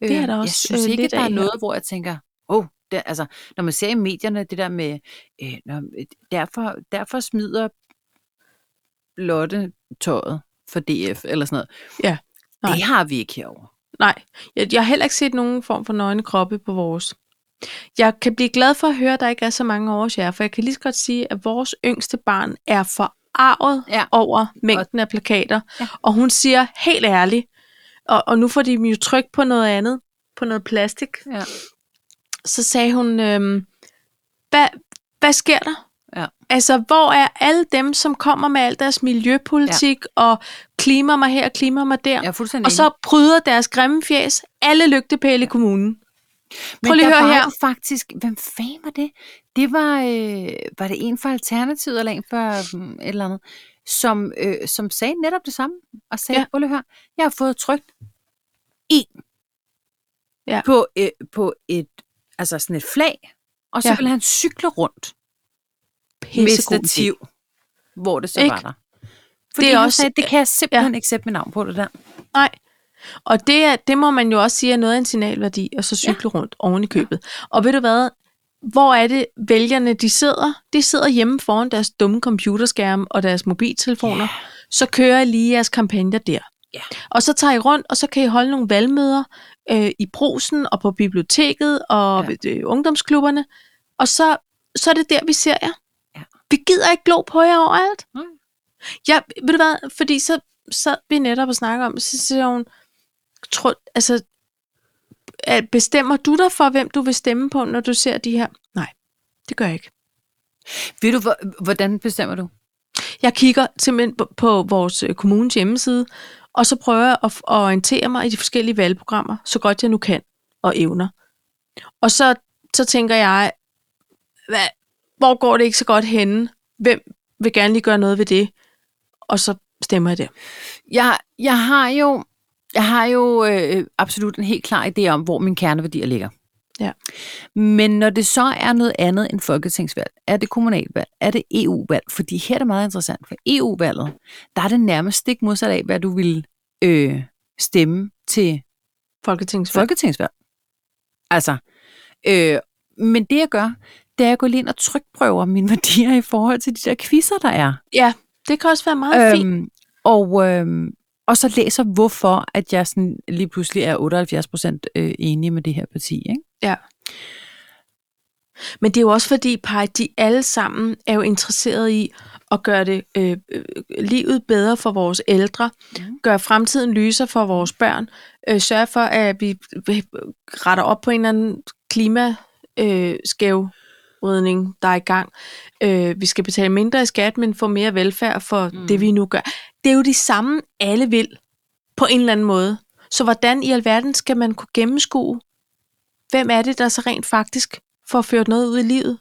A: det er
B: Øh,
A: der
B: Jeg
A: også,
B: synes
A: øh,
B: ikke,
A: lidt
B: der er
A: af her.
B: noget, hvor jeg tænker, åh, oh, der, altså, når man ser i medierne det der med, øh, når, derfor, derfor smider Lotte tøjet for DF, eller sådan noget.
A: Ja, nej.
B: Det har vi ikke herovre.
A: Nej, jeg, jeg har heller ikke set nogen form for nøgne kroppe på vores. Jeg kan blive glad for at høre, at der ikke er så mange over jer, for jeg kan lige så godt sige, at vores yngste barn er forarvet
B: Ja.
A: ja. over mængden af plakater. Ja. Og hun siger helt ærligt, og, og nu får de dem jo tryk på noget andet, på noget plastik.
B: Ja.
A: Så sagde hun, øhm, hvad, hvad sker der?
B: Ja.
A: Altså, hvor er alle dem, som kommer med al deres miljøpolitik ja. og klimer mig her og klimer mig der?
B: Jeg er fuldstændig
A: Og
B: enig.
A: så pryder deres grimme fjes alle lygtepæle i kommunen. Prøv lige at
B: der
A: høre
B: var
A: her.
B: jo faktisk, hvem fanden var det? Det var, øh, var det en fra Alternativet, eller en fra øh, et eller andet, som, øh, som sagde netop det samme, og sagde, ja.
A: Ja.
B: prøv lige at høre, jeg har fået trygt en
A: Ja.
B: på, øh, på et, altså sådan et flag, og så
A: Ja.
B: ja. ville han cykle rundt med et
A: Pissegod idé.
B: stativ, hvor det så
A: Ikke?
B: var der. Fordi det, er også, sagde, det kan jeg simpelthen ja. ikke sætte mit navn på det der.
A: Nej. Og det, er, det må man jo også sige er noget af en signalværdi, og så cykle ja. rundt oven i købet. Og ved du hvad, hvor er det vælgerne, de sidder? De sidder hjemme foran deres dumme computerskærme og deres mobiltelefoner.
B: Ja.
A: Så kører I lige jeres kampagner der.
B: Ja.
A: Og så tager I rundt, og så kan I holde nogle valgmøder øh, i brosen og på biblioteket og ja. øh, ungdomsklubberne. Og så, så er det der, vi ser jer.
B: Ja.
A: Vi gider ikke glo på jer overalt.
B: Nej.
A: Ja, ved du hvad, fordi så sad vi netop og snakkede om, så siger hun, tror, altså, er- bestemmer du dig for, hvem du vil stemme på, når du ser de her? Nej, det gør jeg ikke.
B: Ved du, hvor- hvordan bestemmer du?
A: Jeg kigger simpelthen på- på vores øh, kommunes hjemmeside, og så prøver jeg at f- at orientere mig i de forskellige valgprogrammer, så godt jeg nu kan og evner. Og så, så tænker jeg, hvad, hvor går det ikke så godt henne? Hvem vil gerne lige gøre noget ved det? Og så stemmer jeg der.
B: Jeg, jeg har jo, jeg har jo øh, absolut en helt klar idé om, hvor mine kerneværdier ligger.
A: Ja.
B: Men når det så er noget andet end folketingsvalg, er det kommunalvalg, er det EU-valg, fordi her er det meget interessant, for EU-valget, der er det nærmest stik modsat af, hvad du ville øh, stemme til
A: Folketingsvalg.
B: folketingsvalg. Altså, øh, men det jeg gør, det er, at jeg går lige ind og trykprøver mine værdier i forhold til de der quizzer, der er.
A: Ja, det kan også være meget øhm, fint.
B: Øhm, og, øhm, og så læser, hvorfor at jeg sådan lige pludselig er 78 procent øh, enig med det her parti. Ikke?
A: Men det er jo også fordi, Paj, de alle sammen er jo interesserede i at gøre det øh, øh, livet bedre for vores ældre,
B: Ja.
A: gøre fremtiden lyser for vores børn, øh, sørge for, at vi øh, retter op på en eller anden klimaskæv rydning, der er i gang. Øh, vi skal betale mindre i skat, men få mere velfærd for mm.
B: Mm.
A: det, vi nu gør. Det er jo de samme, alle vil, på en eller anden måde. Så hvordan i alverden skal man kunne gennemskue, hvem er det, der så rent faktisk får ført noget ud i livet,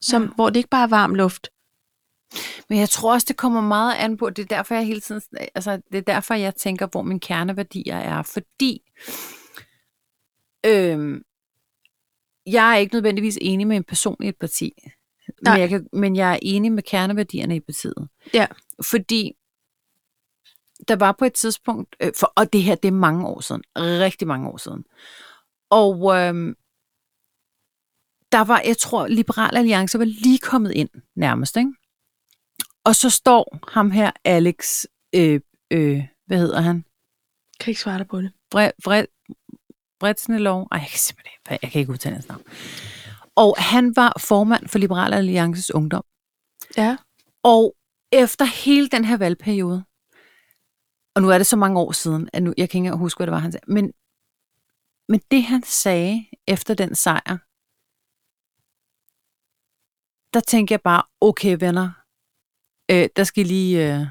A: som, ja. hvor det ikke bare er varm luft?
B: Men jeg tror også, det kommer meget an på, det er derfor, jeg hele tiden, altså, det er derfor, jeg tænker, hvor mine kerneværdier er, fordi øhm, jeg er ikke nødvendigvis enig med en person i et parti,
A: Nej.
B: men jeg, kan, men jeg er enig med kerneværdierne i partiet.
A: Ja.
B: Fordi der var på et tidspunkt, øh, for, og det her, det er mange år siden, rigtig mange år siden, og øhm, der var, jeg tror, Liberal Alliance var lige kommet ind nærmest, ikke? Og så står ham her, Alex, øh, øh, hvad hedder han?
A: Kan ikke svare dig på det.
B: Bre, bre, Bretsnelov. Ej, jeg kan simpelthen ikke, jeg kan ikke udtale hans navn. Og han var formand for Liberal Alliances Ungdom.
A: Ja.
B: Og efter hele den her valgperiode, og nu er det så mange år siden, at nu, jeg kan ikke engang huske, hvad det var, han sagde, men, men det han sagde efter den sejr, der tænkte jeg bare, okay venner, øh, der skal I lige øh,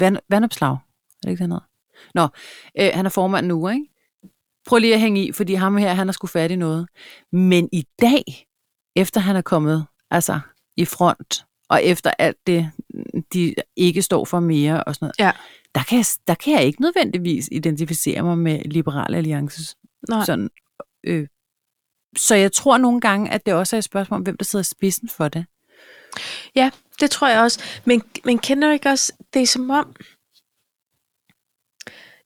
B: vand, vandopslag. Er det ikke det, han hedder? Nå, øh, han er formand nu, ikke? Prøv lige at hænge i, fordi ham her, han har sgu fat i noget. Men i dag, efter han er kommet altså, i front, og efter alt det, de ikke står for mere og sådan noget,
A: Ja.
B: der, kan jeg, der kan jeg ikke nødvendigvis identificere mig med Liberal Alliances.
A: Nej.
B: Sådan, øh. Så jeg tror nogle gange, at det også er et spørgsmål om, hvem der sidder i spidsen for det.
A: Ja, det tror jeg også. Men, men kender du ikke også, det er som om,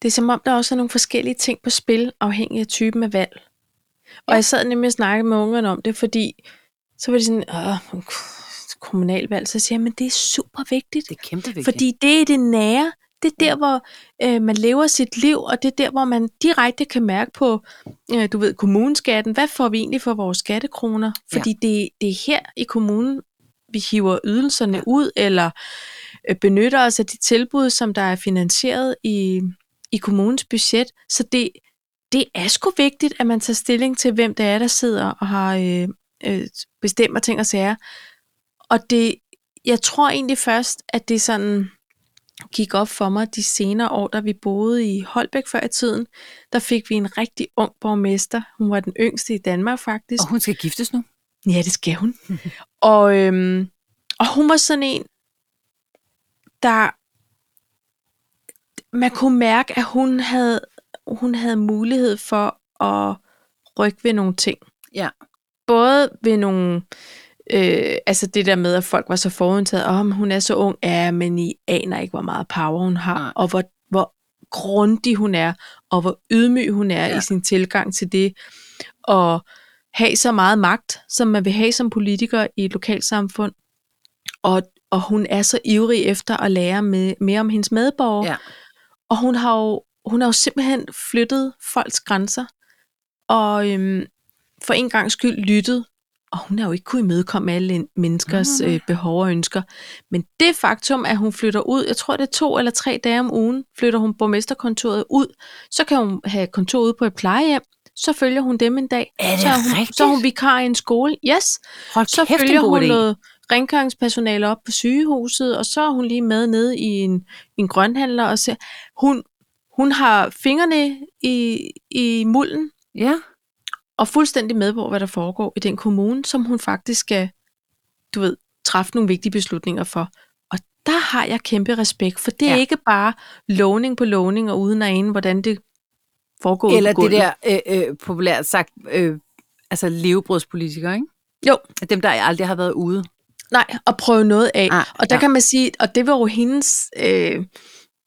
A: det er som om, der også er nogle forskellige ting på spil, afhængig af typen af valg. Og
B: Ja.
A: jeg sad nemlig og snakkede med ungerne om det, fordi så var de sådan, åh, kommunalvalg, så siger jeg, men det er super vigtigt.
B: er kæmpe vigtigt.
A: Fordi det er det nære. Det er der, hvor øh, man lever sit liv, og det er der, hvor man direkte kan mærke på, øh, du ved, kommuneskatten. Hvad får vi egentlig for vores skattekroner?
B: Ja.
A: Fordi det, det er her i kommunen, vi hiver ydelserne ja. ud, eller øh, benytter os af de tilbud, som der er finansieret i, i kommunens budget. Så det, det er sgu vigtigt, at man tager stilling til, hvem det er, der sidder og har øh, øh, bestemmer ting og sager. Og det, jeg tror egentlig først, at det sådan gik op for mig de senere år, da vi boede i Holbæk før i tiden, der fik vi en rigtig ung borgmester. Hun var den yngste i Danmark faktisk.
B: Og hun skal giftes nu.
A: Ja, det skal hun. og, øhm, og hun var sådan en, der... Man kunne mærke, at hun havde, hun havde mulighed for at rykke ved nogle ting.
B: Ja.
A: Både ved nogle... Øh, altså det der med, at folk var så forudtaget, om oh, hun er så ung, ja, men I aner ikke, hvor meget power hun har,
B: Nej.
A: og hvor, hvor grundig hun er, og hvor ydmyg hun er
B: Ja.
A: ja. i sin tilgang til det, og have så meget magt, som man vil have som politiker i et lokalsamfund, og, og hun er så ivrig efter at lære med, mere om hendes medborgere,
B: Ja.
A: og hun har jo, hun har jo simpelthen flyttet folks grænser, og øhm, for en gang skyld lyttet, og hun har jo ikke kunnet imødekomme alle en- menneskers
B: Nej, nej,
A: øh, behov og ønsker. Men det faktum, at hun flytter ud, jeg tror det er to eller tre dage om ugen, flytter hun borgmesterkontoret ud, så kan hun have kontor ude på et plejehjem, så følger hun dem en dag.
B: Er det
A: så, er hun,
B: rigtigt?
A: så er hun vikar i en skole. Yes.
B: Hold
A: Så
B: kæft,
A: Kæft,
B: en
A: følger
B: god
A: hun
B: idé.
A: noget rengøringspersonale op på sygehuset, og så er hun lige med nede i en, en grønhandler og ser. Hun, hun har fingrene i, i mulden
B: Ja.
A: og fuldstændig med på, hvad der foregår i den kommune, som hun faktisk skal, du ved, træffe nogle vigtige beslutninger for. Og der har jeg kæmpe respekt, for det er
B: Ja.
A: ja. ikke bare lovning på lovning og uden og inden, hvordan det foregår ude
B: Eller
A: på
B: det
A: gulvet.
B: der øh, øh, populært sagt, øh, altså levebrødspolitikere, ikke?
A: Jo.
B: At Dem, der aldrig har været ude.
A: Nej, og prøve noget af.
B: Ah,
A: og der
B: ja.
A: kan man sige, og det var jo hendes, øh,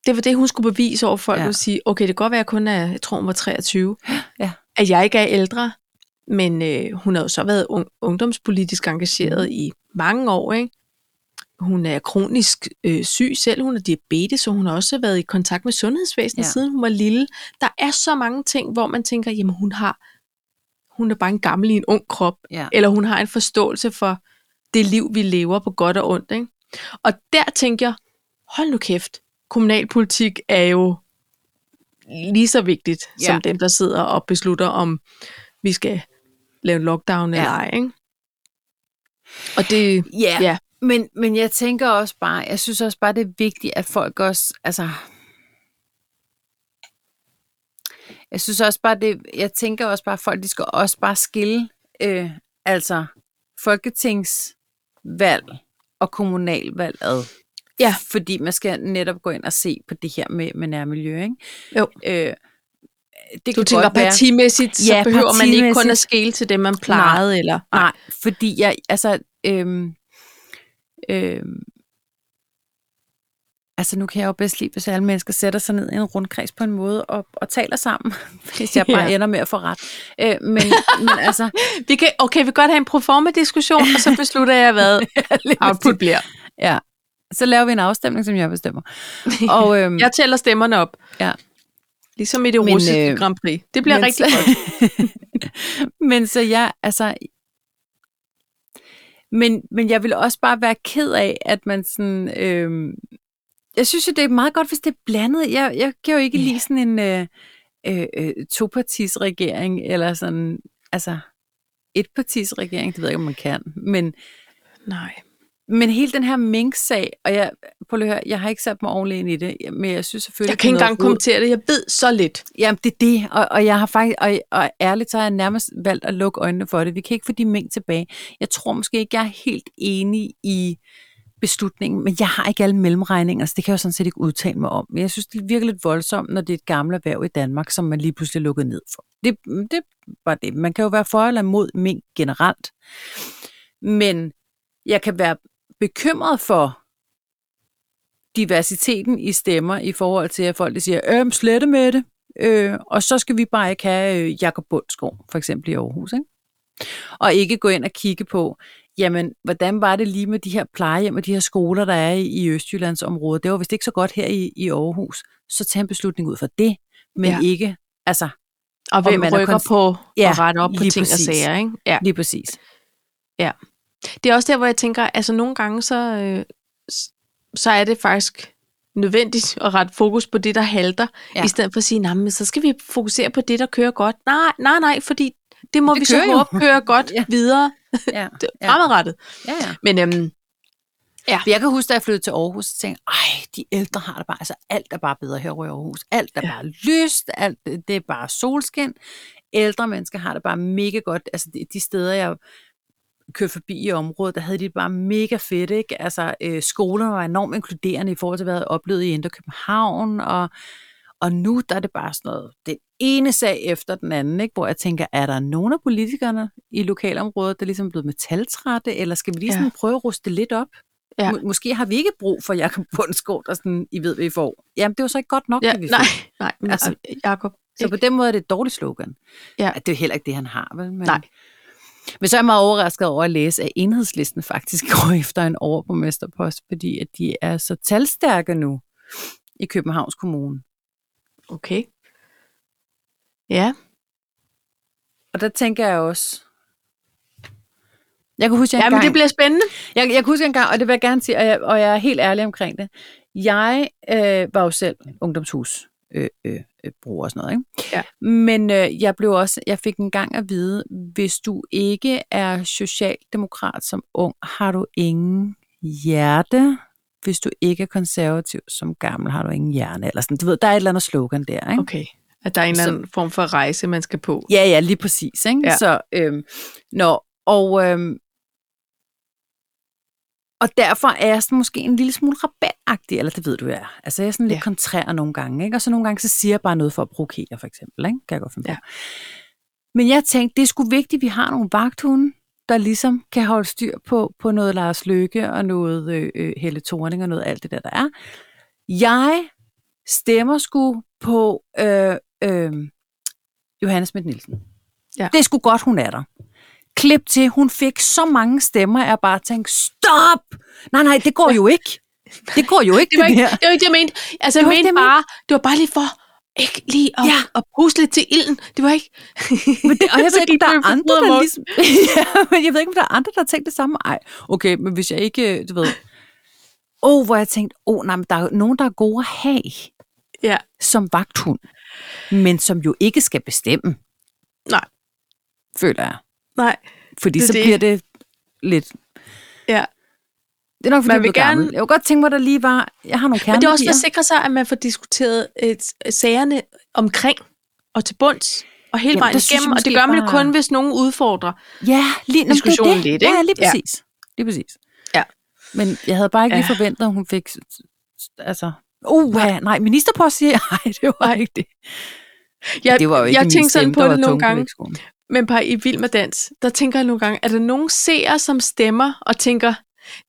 A: det var det, hun skulle bevise over folk,
B: Ja.
A: ja. at sige, okay, det kan godt være, at jeg kun er, jeg tror hun var 23,
B: Ja.
A: at jeg ikke er ældre, men øh, hun har jo så været un- ungdomspolitisk engageret
B: Mm.
A: i mange år, ikke? Hun er kronisk øh, syg selv, hun har diabetes, og hun har også været i kontakt med sundhedsvæsenet,
B: Ja.
A: ja. siden hun var lille. Der er så mange ting, hvor man tænker, jamen hun har, hun er bare en gammel i en ung krop
B: Ja.
A: eller hun har en forståelse for det liv, vi lever på godt og ondt. Ikke? Og der tænker jeg, hold nu kæft, kommunalpolitik er jo lige så vigtigt
B: Ja.
A: ja. som dem, der sidder og beslutter, om vi skal lave en lockdown
B: Ja.
A: ja. eller ej. Ikke? Og det,
B: Ja,
A: Ja.
B: Men, men jeg tænker også bare, jeg synes også bare, det er vigtigt, at folk også, altså... Jeg synes også bare, det, jeg tænker også bare, at folk, de skal også bare skille, øh, altså folketingsvalg og kommunalvalg ad.
A: Ja.
B: Fordi man skal netop gå ind og se på det her med, med nærmiljø, ikke?
A: Jo.
B: Øh, det
A: du
B: kan
A: tænker
B: godt være-
A: partimæssigt, så
B: Ja,
A: behøver man ikke kun
B: partimæssigt.
A: at skele til dem, man plejede. Eller,
B: Nej, fordi jeg, altså, øhm, øhm, altså nu kan jeg jo bedst lide, hvis alle mennesker sætter sig ned i en rundkreds på en måde og, og taler sammen, hvis jeg bare
A: Ja.
B: ender med at få ret. Øh, men, men altså,
A: Vi kan, okay, vi kan godt have en proforma-diskussion, og så beslutter jeg, hvad output bliver.
B: ja, så laver vi en afstemning, som jeg bestemmer. Og, øhm,
A: Jeg tæller stemmerne op.
B: Ja.
A: Ligesom i det
B: Men,
A: russiske
B: øh,
A: øh, Grand Prix. Det bliver
B: Men
A: rigtig
B: så-
A: godt.
B: men så jeg, altså... Men, men jeg vil også bare være ked af, at man sådan... Øh, jeg synes jo, det er meget godt, hvis det er blandet. Jeg, jeg kan jo ikke
A: Ja.
B: lide sådan en øh, øh, øh, topartisregering, eller sådan... Altså, etpartisregering, det ved jeg ikke, om man kan. Men,
A: Nej.
B: men hele den her mink-sag, og jeg, prøv lige at høre, jeg har ikke sat mig ordentligt ind i det, men jeg synes selvfølgelig...
A: Jeg kan ikke
B: det er noget
A: engang kommentere det. Jeg ved så lidt.
B: Jamen, det er det, og, og jeg har faktisk, og, og ærligt, så har jeg nærmest valgt at lukke øjnene for det. Vi kan ikke få de mængder tilbage. Jeg tror måske ikke, jeg er helt enig i beslutningen, men jeg har ikke alle mellemregninger, så det kan jeg jo sådan set ikke udtale mig om. Men jeg synes, det virker lidt voldsomt, når det er et gammelt erhverv i Danmark, som man lige pludselig er lukket ned for. Det, det var det. Man kan jo være for eller imod mink generelt. Men jeg kan være bekymret for, diversiteten i stemmer i forhold til, at folk der siger, øhm, slette med det, øh, og så skal vi bare ikke have øh, Jakob Bundsgaard, for eksempel i Aarhus, ikke? og ikke gå ind og kigge på, jamen, hvordan var det lige med de her plejehjem og de her skoler, der er i, i Østjyllandsområdet? Det var vist ikke så godt her i, i Aarhus. Så tag en beslutning ud fra det, men ja.
A: Ja.
B: ikke, altså,
A: Og hvem
B: man er
A: rykker
B: konst-
A: på
B: Ja,
A: ja, og retter op på
B: lige
A: ting
B: præcis.
A: og sager. Ikke? Ja.
B: lige præcis.
A: Det er også der, hvor jeg tænker, altså nogle gange, så, øh, s- så er det faktisk nødvendigt at rette fokus på det, der halter,
B: Ja.
A: ja. i stedet for at sige, nej, men så skal vi fokusere på det, der kører godt. Nej, nej, nej, fordi det må
B: Det
A: det vi så
B: kører jo.
A: håbe kører godt
B: Ja.
A: ja. videre
B: Ja,
A: det,
B: Ja.
A: fremadrettet.
B: ja, ja.
A: Men øhm,
B: For Jeg kan huske, da jeg flyttede til Aarhus, så tænkte jeg, ej, de ældre har det bare, altså alt er bare bedre herovre i Aarhus. Alt er
A: Ja.
B: bare lyst, alt, det er bare solskin. Ældre mennesker har det bare mega godt. Altså de, de steder, jeg kørte forbi i området, der havde de det bare mega fedt, ikke? Altså øh, skolerne var enormt inkluderende i forhold til, hvad jeg havde oplevet i Indre København, og Og nu der er det bare sådan noget, den ene sag efter den anden, ikke? hvor jeg tænker, er der nogen af politikerne i lokalområdet, der ligesom er blevet metaltrætte, eller skal vi lige
A: Ja.
B: sådan prøve at ruste det lidt op?
A: Ja.
B: Ja. måske har vi ikke brug for Jakob Bundsgaard, der sådan, I ved, hvad I får. Jamen, det er jo så ikke godt nok,
A: Ja,
B: det vi
A: nej,
B: fik.
A: nej, men
B: Altså,
A: altså, Jacob.
B: Så på den måde er det et dårligt slogan.
A: Ja.
B: Det er jo heller ikke det, han har, vel? Men...
A: Nej.
B: Men så er jeg meget overrasket over at læse, at enhedslisten faktisk går efter en overborgmesterpost, fordi at de er så talstærke nu i Københavns Kommune.
A: Okay. Ja,
B: Og der tænker jeg også... Jeg kan huske, at jeg
A: ja men
B: engang-
A: det bliver spændende.
B: Jeg, jeg kan huske en gang, og det vil jeg gerne sige, og jeg, og jeg er helt ærlig omkring det. Jeg øh, var jo selv ungdomshus øh, øh, øh, bruger og sådan noget, ikke?
A: Ja.
B: Men øh, jeg blev også, jeg fik en gang at vide, hvis du ikke er socialdemokrat som ung, har du ingen hjerte. Hvis du ikke er konservativ som gammel, har du ingen hjerne. Eller sådan. Du ved, der er et eller andet slogan der, ikke?
A: Okay. At der er en eller
B: Så-
A: anden form for rejse, man skal på.
B: Ja, ja, lige præcis. Ikke?
A: Ja.
B: Ja. Så, øhm, nå, og, øhm, og derfor er jeg sådan måske en lille smule rabatagtig, eller det ved du, jeg er. Altså jeg er sådan lidt
A: Ja.
B: ja. kontrær nogle gange, ikke? og så nogle gange så siger jeg bare noget for at provokere, for eksempel. Ikke? Kan jeg godt finde på.
A: Ja.
B: Men jeg tænkte, det er sgu vigtigt, at vi har nogle vagthunde, der ligesom kan holde styr på, på noget Lars Løkke og noget øh, øh, Helle Thorning og noget alt det der, der er. Jeg stemmer sgu på øh, øh, Johannes Schmidt Nielsen.
A: Ja.
B: Det er sgu godt, hun er der. Klip til, hun fik så mange stemmer, at jeg bare tænkte, stop! Nej, nej, det går jo ikke. Det går jo ikke,
A: Det var ikke
B: her.
A: det, var ikke det jeg mente. Altså,
B: Det
A: jeg
B: var ikke
A: mente
B: det, jeg
A: bare, det var bare lige for ikke lige at,
B: Ja.
A: at pusle til ilden. Det var ikke...
B: Men det, og jeg ved
A: Fordi
B: ikke, om der
A: du
B: er
A: er
B: andre, der
A: forbrugermål.
B: ligesom... ja, men jeg ved ikke, om der er andre, der har tænkt det samme. Ej, okay, men hvis jeg ikke, øh, du ved... Åh, oh, hvor jeg tænkte, åh, oh, nej, men der er jo nogen, der er gode at have
A: Ja,
B: som vagthund, men som jo ikke skal bestemme,
A: nej,
B: føler jeg.
A: nej.
B: Fordi
A: Det er
B: så
A: det.
B: bliver det lidt...
A: Ja.
B: Det er nok, fordi
A: Man
B: jeg
A: vil
B: blev gammel.
A: gerne-
B: Jeg kunne godt tænke mig, der lige var... Jeg har nogle
A: Men det er
B: kernepiger.
A: også for at sikre sig, at man får diskuteret øh, sagerne omkring og til bunds og hele
B: Jamen,
A: vejen
B: der synes jeg
A: igennem. Og det
B: måske
A: gør man jo
B: bare-
A: kun, hvis nogen udfordrer.
B: Ja, lige jamen,
A: diskussionen
B: det, er
A: lidt,
B: det.
A: ikke?
B: Ja, lige
A: Ja.
B: præcis. Lige præcis.
A: Ja.
B: Men jeg havde bare ikke lige
A: Ja.
B: forventet, at hun fik... s- s- Altså, uh, nej, nej ministerpost siger, nej, det var ikke det.
A: Jeg,
B: det var jo ikke
A: jeg
B: min
A: tænker sådan
B: stemme,
A: på
B: der var
A: det nogle
B: tung på
A: gange.
B: vægtskålen.
A: Men bare i Vild med Dans, der tænker jeg nogle gange, er der nogen seere, som stemmer og tænker,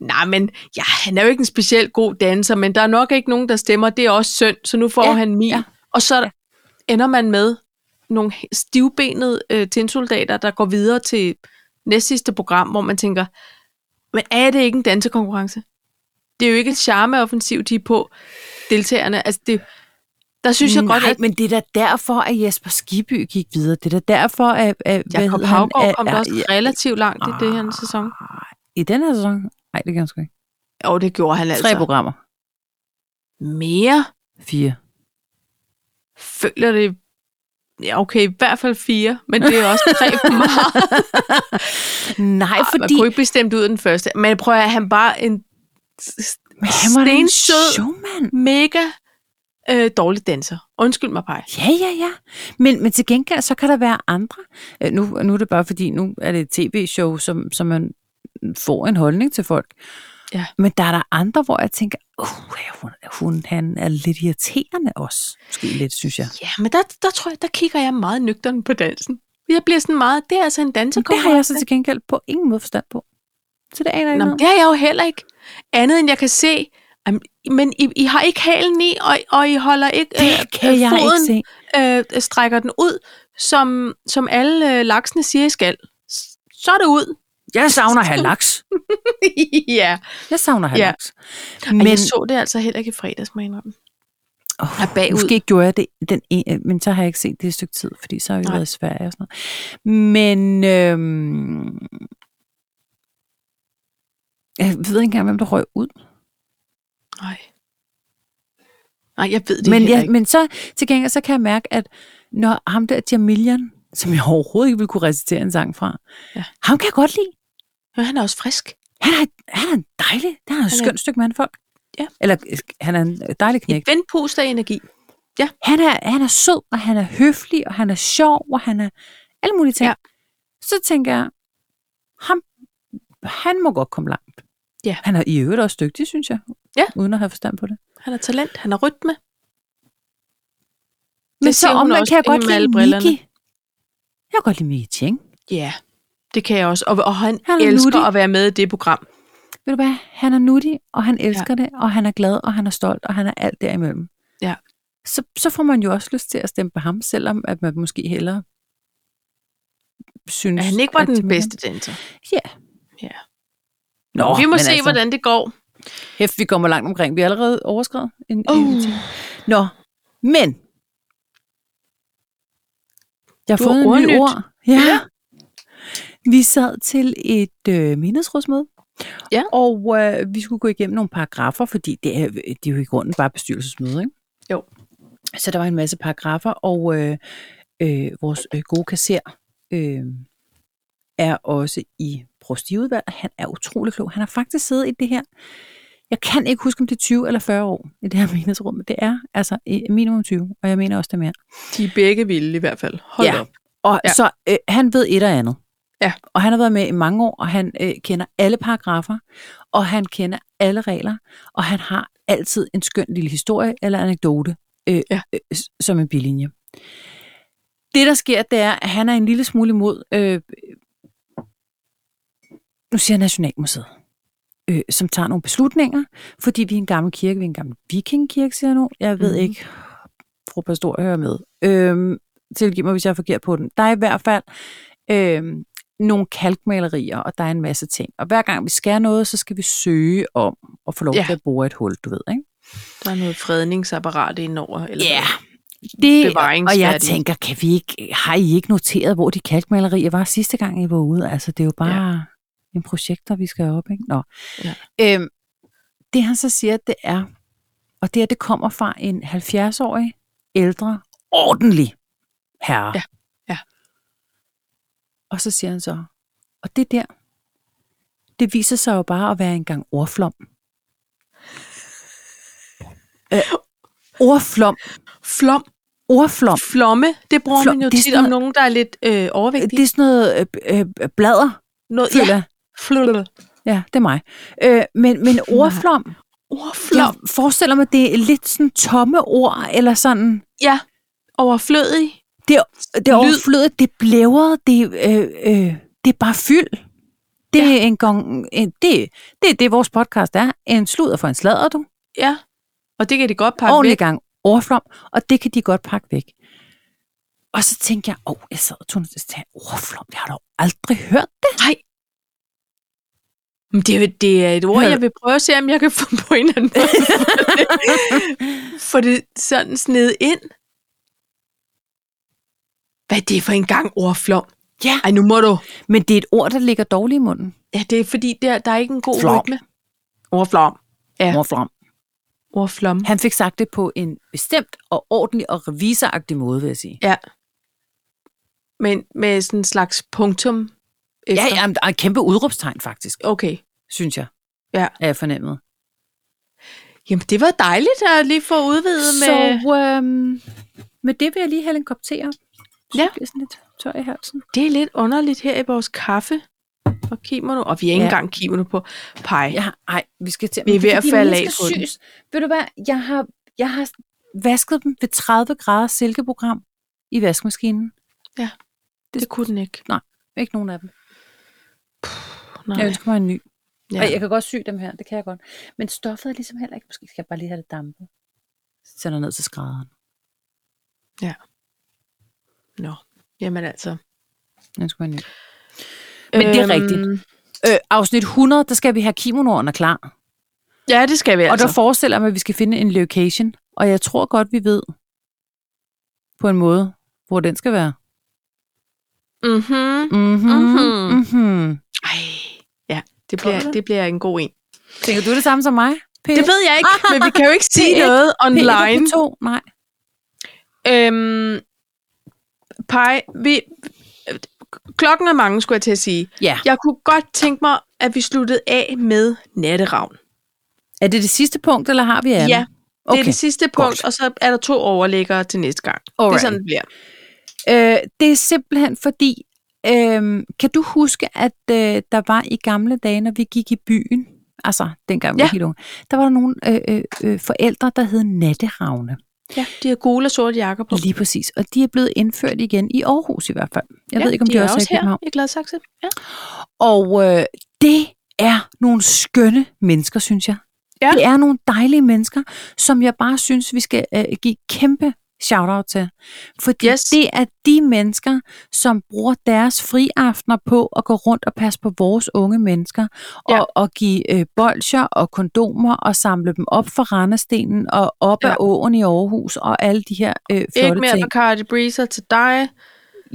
A: nej, men ja, han er jo ikke en specielt god danser, men der er nok ikke nogen, der stemmer, det er også synd, så nu får
B: Ja,
A: ja, han min.
B: ja.
A: Ja. Og så ender man med nogle stivbenede øh, tinsoldater, der går videre til næstsidste program, hvor man tænker, men er det ikke en dansekonkurrence? Det er jo ikke et charmeoffensiv, de er på deltagerne. Altså, det, der synes jeg
B: Mm, Nej,
A: godt, at
B: men det er da derfor, at Jesper Skiby gik videre. Det er da derfor, at... at hvad
A: Jacob
B: hedder han?
A: Havgaard
B: At-
A: kom da
B: at-
A: også relativt langt i det her
B: Ah.
A: sæson.
B: I den her sæson? Nej, det kan han sgu ikke.
A: Jo, det gjorde han
B: Tre
A: altså.
B: programmer.
A: Mere?
B: Fire.
A: Føler det... Ja, okay, i hvert fald fire, men det er også tre for meget.
B: Nej,
A: Ej, Man
B: fordi...
A: kunne ikke blive stemt ud af den første. Men prøv at høre, han bare en s-
B: Men han var da en
A: stensød.
B: showman.
A: mega øh, dårlig danser. Undskyld mig, Paj.
B: Ja, ja, ja. Men, men til gengæld, så kan der være andre. Øh, nu, nu er det bare fordi, nu er det et tv-show, som, som man får en holdning til folk.
A: Ja.
B: Men der er der andre, hvor jeg tænker, uh, hun, hun, han er lidt irriterende også. Måske lidt, synes jeg.
A: Ja, men der, der tror jeg, der kigger jeg meget nøgteren på dansen. Jeg bliver sådan meget, det er altså en
B: Men det har jeg så
A: dansekonkurrence.
B: til gengæld på ingen måde forstand på. Så det aner jeg ikke
A: Nå,
B: noget
A: men
B: om.
A: det har jeg jo heller ikke. Andet end jeg kan se, jamen, men I, I har ikke halen i, og, og I holder ikke
B: Det kan jeg
A: foden
B: ikke se.
A: øh, strækker den ud, som, som alle øh, laksene siger, I skal. S- Så er det ud.
B: Jeg savner at have laks.
A: ja.
B: Jeg savner at have
A: Ja.
B: laks.
A: Men jeg så det altså heller ikke i fredags, må jeg indrømme.
B: Oh,
A: Er bagud.
B: Måske gjorde jeg det, den ene, men så har jeg ikke set det i et stykke tid, fordi så har jeg jo
A: Nej.
B: været i Sverige og sådan noget. Men øhm, jeg ved ikke engang, hvem der røg ud.
A: Nej. Nej, jeg ved det
B: Men,
A: heller
B: jeg,
A: ikke.
B: men så til gengæld, så kan jeg mærke, at når ham der Jamilian, som jeg overhovedet ikke ville kunne recitere en sang fra,
A: Ja.
B: ham kan jeg godt lide.
A: Men han er også frisk.
B: Han er, han er en dejlig, han er et
A: er-
B: skønt stykke mandfolk.
A: Ja.
B: Eller øh, han er en dejlig knæk.
A: Et vendpust af energi.
B: Han er, han er sød, og han er høflig, og han er sjov, og han er alle mulige ting.
A: Ja.
B: Ja. Så tænker jeg, ham, han må godt komme langt.
A: Ja.
B: Han er i øvrigt også dygtig, synes jeg.
A: Ja.
B: Uden at have forstand på det.
A: Han har talent, han har rytme.
B: Men så
A: siger hun
B: omvendt
A: også
B: kan jeg godt
A: inden med
B: lide
A: alle brillerne.
B: Miki. Jeg kan godt lide Miki Cheng.
A: Ja, det kan jeg også. Og, og han,
B: Han
A: han
B: er
A: elsker
B: nuttig.
A: at være med i det program.
B: Ved du hvad? Han er nuttig, og han elsker ja. det, og han er glad, og han er stolt, og han er alt derimellem.
A: Ja.
B: Så, så får man jo også lyst til at stemme på ham, selvom at man måske hellere synes...
A: At han ikke var
B: at det
A: den
B: var
A: bedste danser.
B: Ja.
A: Ja.
B: Nå,
A: vi
B: men
A: må se,
B: altså,
A: altså... hvordan det går.
B: Hæft, vi kommer langt omkring. Vi er allerede overskrevet. En,
A: Uh.
B: en time. Nå, men... Jeg har
A: Du har
B: fået en ny
A: ordnyt.
B: ord. Ja. Vi sad til et øh, mindesrådsmøde,
A: Ja.
B: og øh, vi skulle gå igennem nogle paragrafer, fordi det er, det er jo i grunden bare bestyrelsesmøde, ikke?
A: Jo.
B: Så der var en masse paragrafer, og øh, øh, vores øh, gode kasser øh, er også i prostiudvalg. Han er utrolig klog. Han har faktisk siddet i det her jeg kan ikke huske, om det er 20 eller 40 år i det her menighedsrum. men Det er altså i- minimum 20, og jeg mener også det er mere.
A: De er begge vilde i hvert fald. Hold
B: Ja.
A: op.
B: Og ja.
A: Ja.
B: så øh, han ved et og andet.
A: Ja.
B: Og han har været med i mange år, og han øh, kender alle paragrafer, og han kender alle regler, og han har altid en skøn lille historie eller anekdote øh, ja.
A: Ja.
B: øh, s- som en bilinje. Det, der sker, det er, at han er en lille smule imod, øh, nu siger jeg Nationalmuseet, øh, som tager nogle beslutninger, fordi vi er en gammel kirke, vi er en gammel vikingkirke, siger jeg nu. Jeg ved
A: Mhm.
B: mm-hmm. ikke, fru Pastor hører med. Øh, tilgiv mig, hvis jeg er forkert på den. Der er i hvert fald øh, nogle kalkmalerier, og der er en masse ting. Og hver gang vi skærer noget, så skal vi søge om at få lov
A: Ja.
B: til at bore et hul, du ved, ikke?
A: Der er noget fredningsapparat indover. Eller
B: Ja,
A: hvad?
B: det, og
A: bevaringsværdige.
B: jeg tænker, kan vi ikke, har I ikke noteret, hvor de kalkmalerier var sidste gang, I var ude? Altså, det er jo bare ja. en projekter, vi skal op, ikke? Nå.
A: Ja.
B: Øhm, det han så siger, det er, og det her, det kommer fra en 70-årig, ældre, ordentlig herre.
A: Ja. Ja.
B: Og så siger han så, og det der, det viser sig jo bare at være en gang ordflom. Øh, ordflom.
A: Flom.
B: Ordflom.
A: Flomme, det bruger
B: Flom,
A: man jo
B: det er
A: tit
B: sådan
A: om
B: noget-
A: nogen, der er lidt øh, overvægtige.
B: Det er sådan noget øh, øh, blader,
A: noget,
B: føler
A: ja,
B: jeg.
A: fløde.
B: Ja, det er mig. Øh, men, men ordflom, jeg
A: Ordflom.
B: forestiller mig, det er lidt sådan tomme ord, eller sådan.
A: Ja. Overflødig.
B: Det er, det er
A: Lyd.
B: overflødet, det er blævret, det, er, øh, øh, det er bare fyld. Det, ja. er en gang, en, det, det er det, vores podcast er. En sludder for en sladder, du.
A: Ja. Og det kan de godt pakke
B: ordentlig
A: væk.
B: gang ordflom, og det kan de godt pakke væk. Og så tænkte jeg, åh, oh, jeg sad og tog og sagde, ordflom, jeg har dog aldrig hørt det.
A: Nej. Men det, er- det er et ord,
B: Hør-
A: jeg vil prøve at se, om jeg kan få på en eller anden måde. Få det sådan sned ind. Hvad er det for en gang ordflom?
B: Ja.
A: Ej, nu må du.
B: Men det er et ord, der ligger dårligt i munden.
A: Ja, det er fordi, der, der er ikke en god
B: Flom.
A: rytme. Ordflom. Ja.
B: Ordflom.
A: Ordflom.
B: Han fik sagt det på en bestemt og ordentlig og revisoragtig måde, vil jeg sige.
A: Ja. Men med sådan en slags punktum efter.
B: Ja, ja, men der er et kæmpe udråbstegn faktisk,
A: Okay.
B: synes jeg,
A: Ja.
B: er jeg fornemmet.
A: Jamen, det var dejligt at lige få udvidet
B: Så
A: med...
B: øhm, med det vil jeg lige have en kop te op. Så
A: Ja.
B: jeg bliver sådan lidt tør i halsen.
A: Det er lidt underligt her i vores kaffe og kimono. Og vi har
B: Ja.
A: ikke ja. engang kimono på pej. Ja.
B: Ja, ej, vi skal til.
A: Vi er
B: men det
A: ved at
B: fordi,
A: falde
B: mine
A: af
B: skal
A: på den.
B: sys. Ved du hvad, jeg har, jeg har vasket dem ved 30 grader silkeprogram i vaskemaskinen.
A: Det kunne den ikke.
B: Ikke nogen af dem.
A: Nej.
B: Jeg ønsker mig en ny. Ja.
A: Ja.
B: Og jeg kan godt sy dem her, det kan jeg godt. Men stoffet er ligesom heller ikke, måske skal jeg bare lige have det dampet. Så sender jeg ned til skrædderen.
A: Nå. Jamen altså. Øhm,
B: Jeg ønsker mig en ny. Men det er rigtigt. Øh, afsnit 100, der skal vi have kimonoerne klar. Altså.
A: Ja, det skal vi
B: Og
A: altså.
B: der forestiller jeg mig, at vi skal finde en location. Og jeg tror godt, vi ved på en måde, hvor den skal være.
A: mm-hmm.
B: Mm-hmm.
A: Mhm.
B: Mm-hmm.
A: Ej. Ja, det
B: Tror du
A: bliver,
B: det?
A: det bliver en god en.
B: Tænker du det samme som mig? Peter?
A: Det ved jeg ikke, men vi kan jo ikke sige
B: P1,
A: noget online.
B: Peter på to? Nej.
A: Øhm, Pej, vi, klokken er mange, skulle jeg til at sige.
B: Ja.
A: Jeg kunne godt tænke mig, at vi sluttede af med natteravn.
B: Er det det sidste punkt, eller har vi andet?
A: Ja, Det
B: okay.
A: er det sidste punkt,
B: godt.
A: Godt. og så er der to overlæggere til næste gang. Det er
B: Alright.
A: sådan, det bliver.
B: Øh, det er simpelthen fordi, øh, kan du huske, at øh, der var i gamle dage, når vi gik i byen, altså dengang vi ja.
A: Ja.
B: var helt unge, der var der nogle øh, øh, øh, forældre, der hed Natteravne.
A: Ja, de har gule og sorte jakker på.
B: Lige præcis. Og de er blevet indført igen i Aarhus i hvert fald. Jeg
A: ja,
B: ved ikke, om de,
A: er
B: også er i København.
A: her i Gladsaxe. Ja.
B: Og øh, det er nogle skønne mennesker, synes jeg.
A: Ja.
B: Det er nogle dejlige mennesker, som jeg bare synes, vi skal øh, give kæmpe shout-out til. Fordi
A: Yes.
B: yes. det er de mennesker, som bruger deres friaftener på at gå rundt og passe på vores unge mennesker,
A: Ja.
B: og, og give øh, bolcher og kondomer og samle dem op fra Randestenen og op
A: Ja.
B: ja. af åen i Aarhus og alle de her øh, flotte
A: Ikke mere
B: ting.
A: Bacardi Breezer til dig.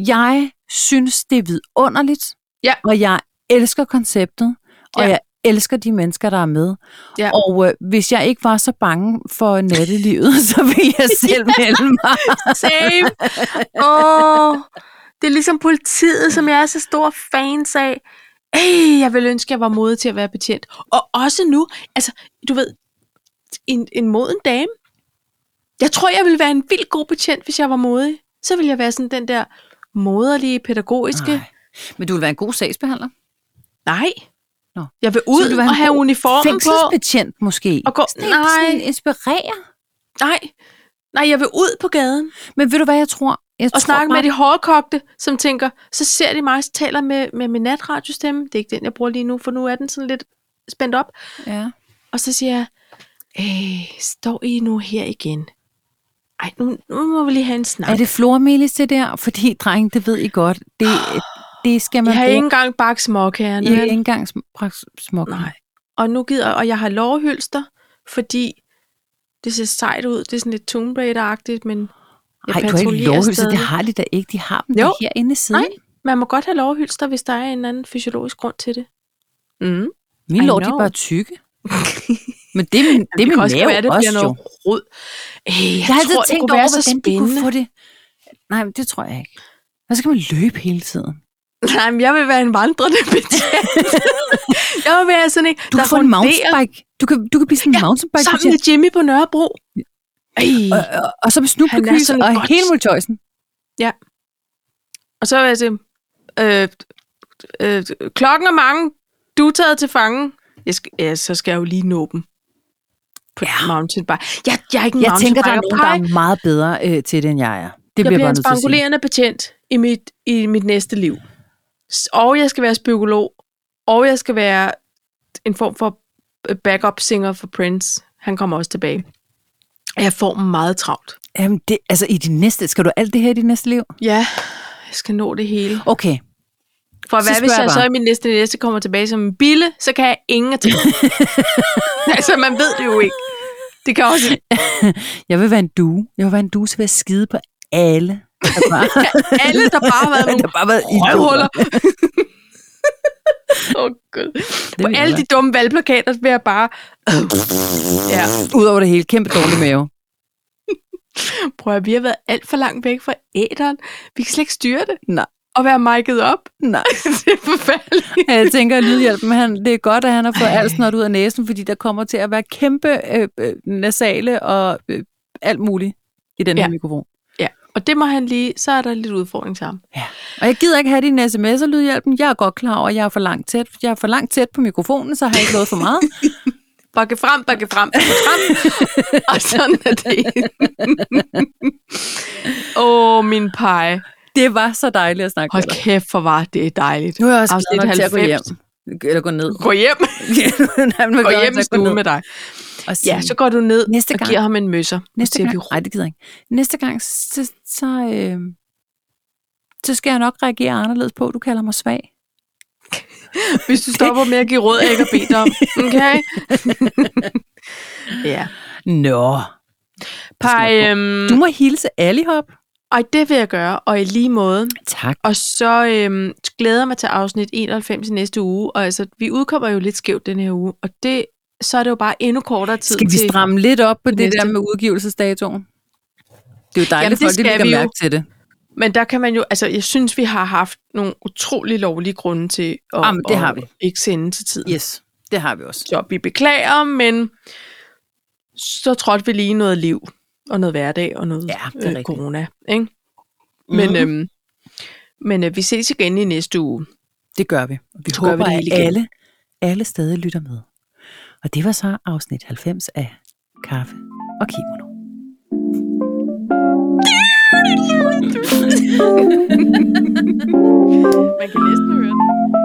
B: Jeg synes, det er vidunderligt.
A: Ja.
B: Og jeg elsker konceptet. Og
A: Ja.
B: ja. jeg elsker de mennesker, der er med.
A: Ja.
B: Og øh, hvis jeg ikke var så bange for nattelivet, så ville jeg selv melde mig.
A: Same. Åh, det er ligesom politiet, som jeg er så stor fan af. Ej, jeg vil ønske, jeg var modig til at være betjent. Og også nu, altså, du ved, en, en moden dame. Jeg tror, jeg ville være en vild god betjent, hvis jeg var modig. Så ville jeg være sådan den der moderlige, pædagogiske...
B: Nej. Men du vil være en god sagsbehandler.
A: Nej.
B: Nå.
A: Jeg vil
B: vil
A: ud
B: du være
A: og
B: en
A: have
B: god
A: uniformen på.
B: Fængselsbetjent måske.
A: Og gå-
B: Sådan en- sådan en inspirere.
A: Nej. Nej, jeg vil ud på gaden
B: Men ved du hvad, jeg tror? Jeg
A: og
B: tror
A: snakke
B: bare,
A: med de hårdkogte, som tænker, så ser de mig, så taler med, med min natradiostemme. Det er ikke den, jeg bruger lige nu, for nu er den sådan lidt spændt op.
B: Ja.
A: Og så siger jeg, Æh, står I nu her igen? Ej, nu, nu må vi lige have en snak.
B: Er det flormelis det der? Fordi, dreng, det ved I godt. Det, det skal man
A: jeg Ah. har
B: bruge.
A: ikke engang bagt småkagerne.
B: I har
A: vel?
B: ikke engang sm- smuk.
A: Nej. Og nu gider og jeg har lårhylster, fordi det ser sejt ud. Det er sådan lidt Tomb Raider-agtigt, men jeg
B: Ej, du har ikke
A: patruljerer
B: lovhylser, det
A: stadig.
B: har de da ikke. De har dem jo.
A: Jo.
B: der herinde i siden.
A: Nej, man må godt have lårhylster, hvis der er en anden fysiologisk grund til det. Mm.
B: Mine
A: I
B: lår, de er
A: know.
B: bare tykke. Men det er min, det er
A: kan
B: min
A: også
B: mave
A: være, det
B: også,
A: bliver
B: jo.
A: noget rod. Øh, jeg,
B: Jeg har altid
A: tror, det
B: tænkt
A: kunne
B: over,
A: være så
B: hvordan de
A: spændende.
B: kunne få det. Nej, men det tror jeg ikke. Og så kan man løbe hele tiden.
A: Nej, men jeg vil være en vandrende betjent. jeg vil være sådan en,
B: Du
A: der
B: kan få en
A: funderer
B: mountainbike. Du kan, du kan blive sådan en
A: Ja,
B: mountainbike.
A: Sammen med Jimmy på Nørrebro. Øh, Ej.
B: og, og, og, så med Snoop
A: Han er
B: Dogg
A: sådan
B: og
A: godt.
B: hele Multøjsen.
A: Og så er jeg til, øh, øh, klokken er mange, du er taget til fange. Jeg skal, ja, så skal jeg jo lige nå dem. På ja. mountain bike. Jeg, jeg er ikke en
B: Jeg tænker, der er nogen, der
A: mountainbiker.
B: er meget bedre øh, til det, end jeg er. Det
A: Jeg
B: bliver
A: bliver
B: bare
A: en
B: nødt til at sige.
A: spangulerende patient i mit, i mit næste liv. S- Og jeg skal være spøkolog. Og jeg skal være en form for øh, backup singer for Prince. Han kommer også tilbage. Jeg får meget travlt.
B: Jamen, det, altså, i din næste, skal du alt det her i dit næste liv?
A: Ja, jeg skal nå det hele.
B: Okay,
A: For
B: Så
A: hvad hvis
B: spørger
A: jeg
B: jeg
A: så
B: bare.
A: i min næste næste kommer tilbage som en bille, så kan jeg ingenting. altså, man ved det jo ikke. Det kan også...
B: Jeg vil være en due. Jeg vil være en due, så vil jeg skide på alle. Der bare,
A: Alle, der bare har været nogle
B: der bare har været
A: røvhuller. Åh, oh, Gud. På
B: vil jeg
A: alle de
B: være.
A: dumme valgplakater vil jeg bare... ja,
B: Udover det hele, kæmpe dårlig mave.
A: prøv at vi har været alt for langt væk fra æderen. Vi kan slet ikke styre det.
B: Nej.
A: Og være mic'et op.
B: Nej.
A: det er forfærdeligt.
B: Jeg tænker, at lydhjælpen, han, det er godt, at han har fået alt snart ud af næsen, fordi der kommer til at være kæmpe øh, øh, nasale og øh, alt muligt i den her
A: Ja.
B: mikrofon.
A: Ja, og det må han lige... Så er der lidt udfordring til ham.
B: Og jeg gider ikke have dine sms'er, lydhjælpen. Jeg er godt klar over, at jeg er for langt tæt. Jeg er for langt tæt på mikrofonen, så har jeg ikke noget for meget.
A: bakke frem, bakke frem, bakke frem. og sådan er det. Åh, oh, min pege.
B: Det var så dejligt at snakke med dig.
A: Hold kæft, for var det dejligt.
B: Nu er jeg også
A: Afsnit
B: glad nok til at gå
A: 90.
B: hjem. Eller gå ned.
A: Gå hjem,
B: Nej, men
A: gå
B: glad til at
A: hjem i
B: gå ned
A: stuen med dig.
B: og
A: Ja,
B: sige-
A: så går du ned
B: Næste
A: og
B: gang.
A: giver ham en møsser.
B: Næste
A: siger vi
B: gang,
A: ro.
B: nej, det gider jeg ikke. Næste gang, så, så, øh, så skal jeg nok reagere anderledes på, at du kalder mig svag.
A: Hvis du stopper med at give råd, jeg ikke har bedt dig om. Okay? ja.
B: Nå.
A: Pej, øhm,
B: Du må hilse Allihop.
A: og det vil jeg gøre, og i lige måde.
B: Tak.
A: Og så øhm, glæder jeg mig til afsnit 91 i næste uge. Og altså, vi udkommer jo lidt skævt den her uge, og det, så er det jo bare endnu kortere tid
B: Skal vi
A: til...
B: stramme lidt op på det
A: Næste.
B: der med udgivelsesdatoen? Det er jo
A: Jamen,
B: dejligt,
A: det
B: at folk de
A: skal
B: lægger
A: vi jo.
B: mærke til det.
A: Men der kan man jo, altså jeg synes, vi har haft nogle utrolig lovlige grunde til at,
B: Jamen, det har
A: at
B: vi.
A: ikke sende til tiden.
B: Yes, det har vi også.
A: Så vi beklager, men så trådte vi lige noget liv og noget hverdag og noget øh,
B: Ja, det er rigtigt.
A: corona. Ikke? Men,
B: Mhm.
A: øhm, men øh, vi ses igen i næste uge.
B: Det gør vi. Og vi
A: Så gør
B: håber,
A: vi det hele
B: at
A: igen.
B: alle, alle stadig lytter med. Og det var så afsnit 90 af Kaffe og Kimono.
A: Man kan næsten høre det.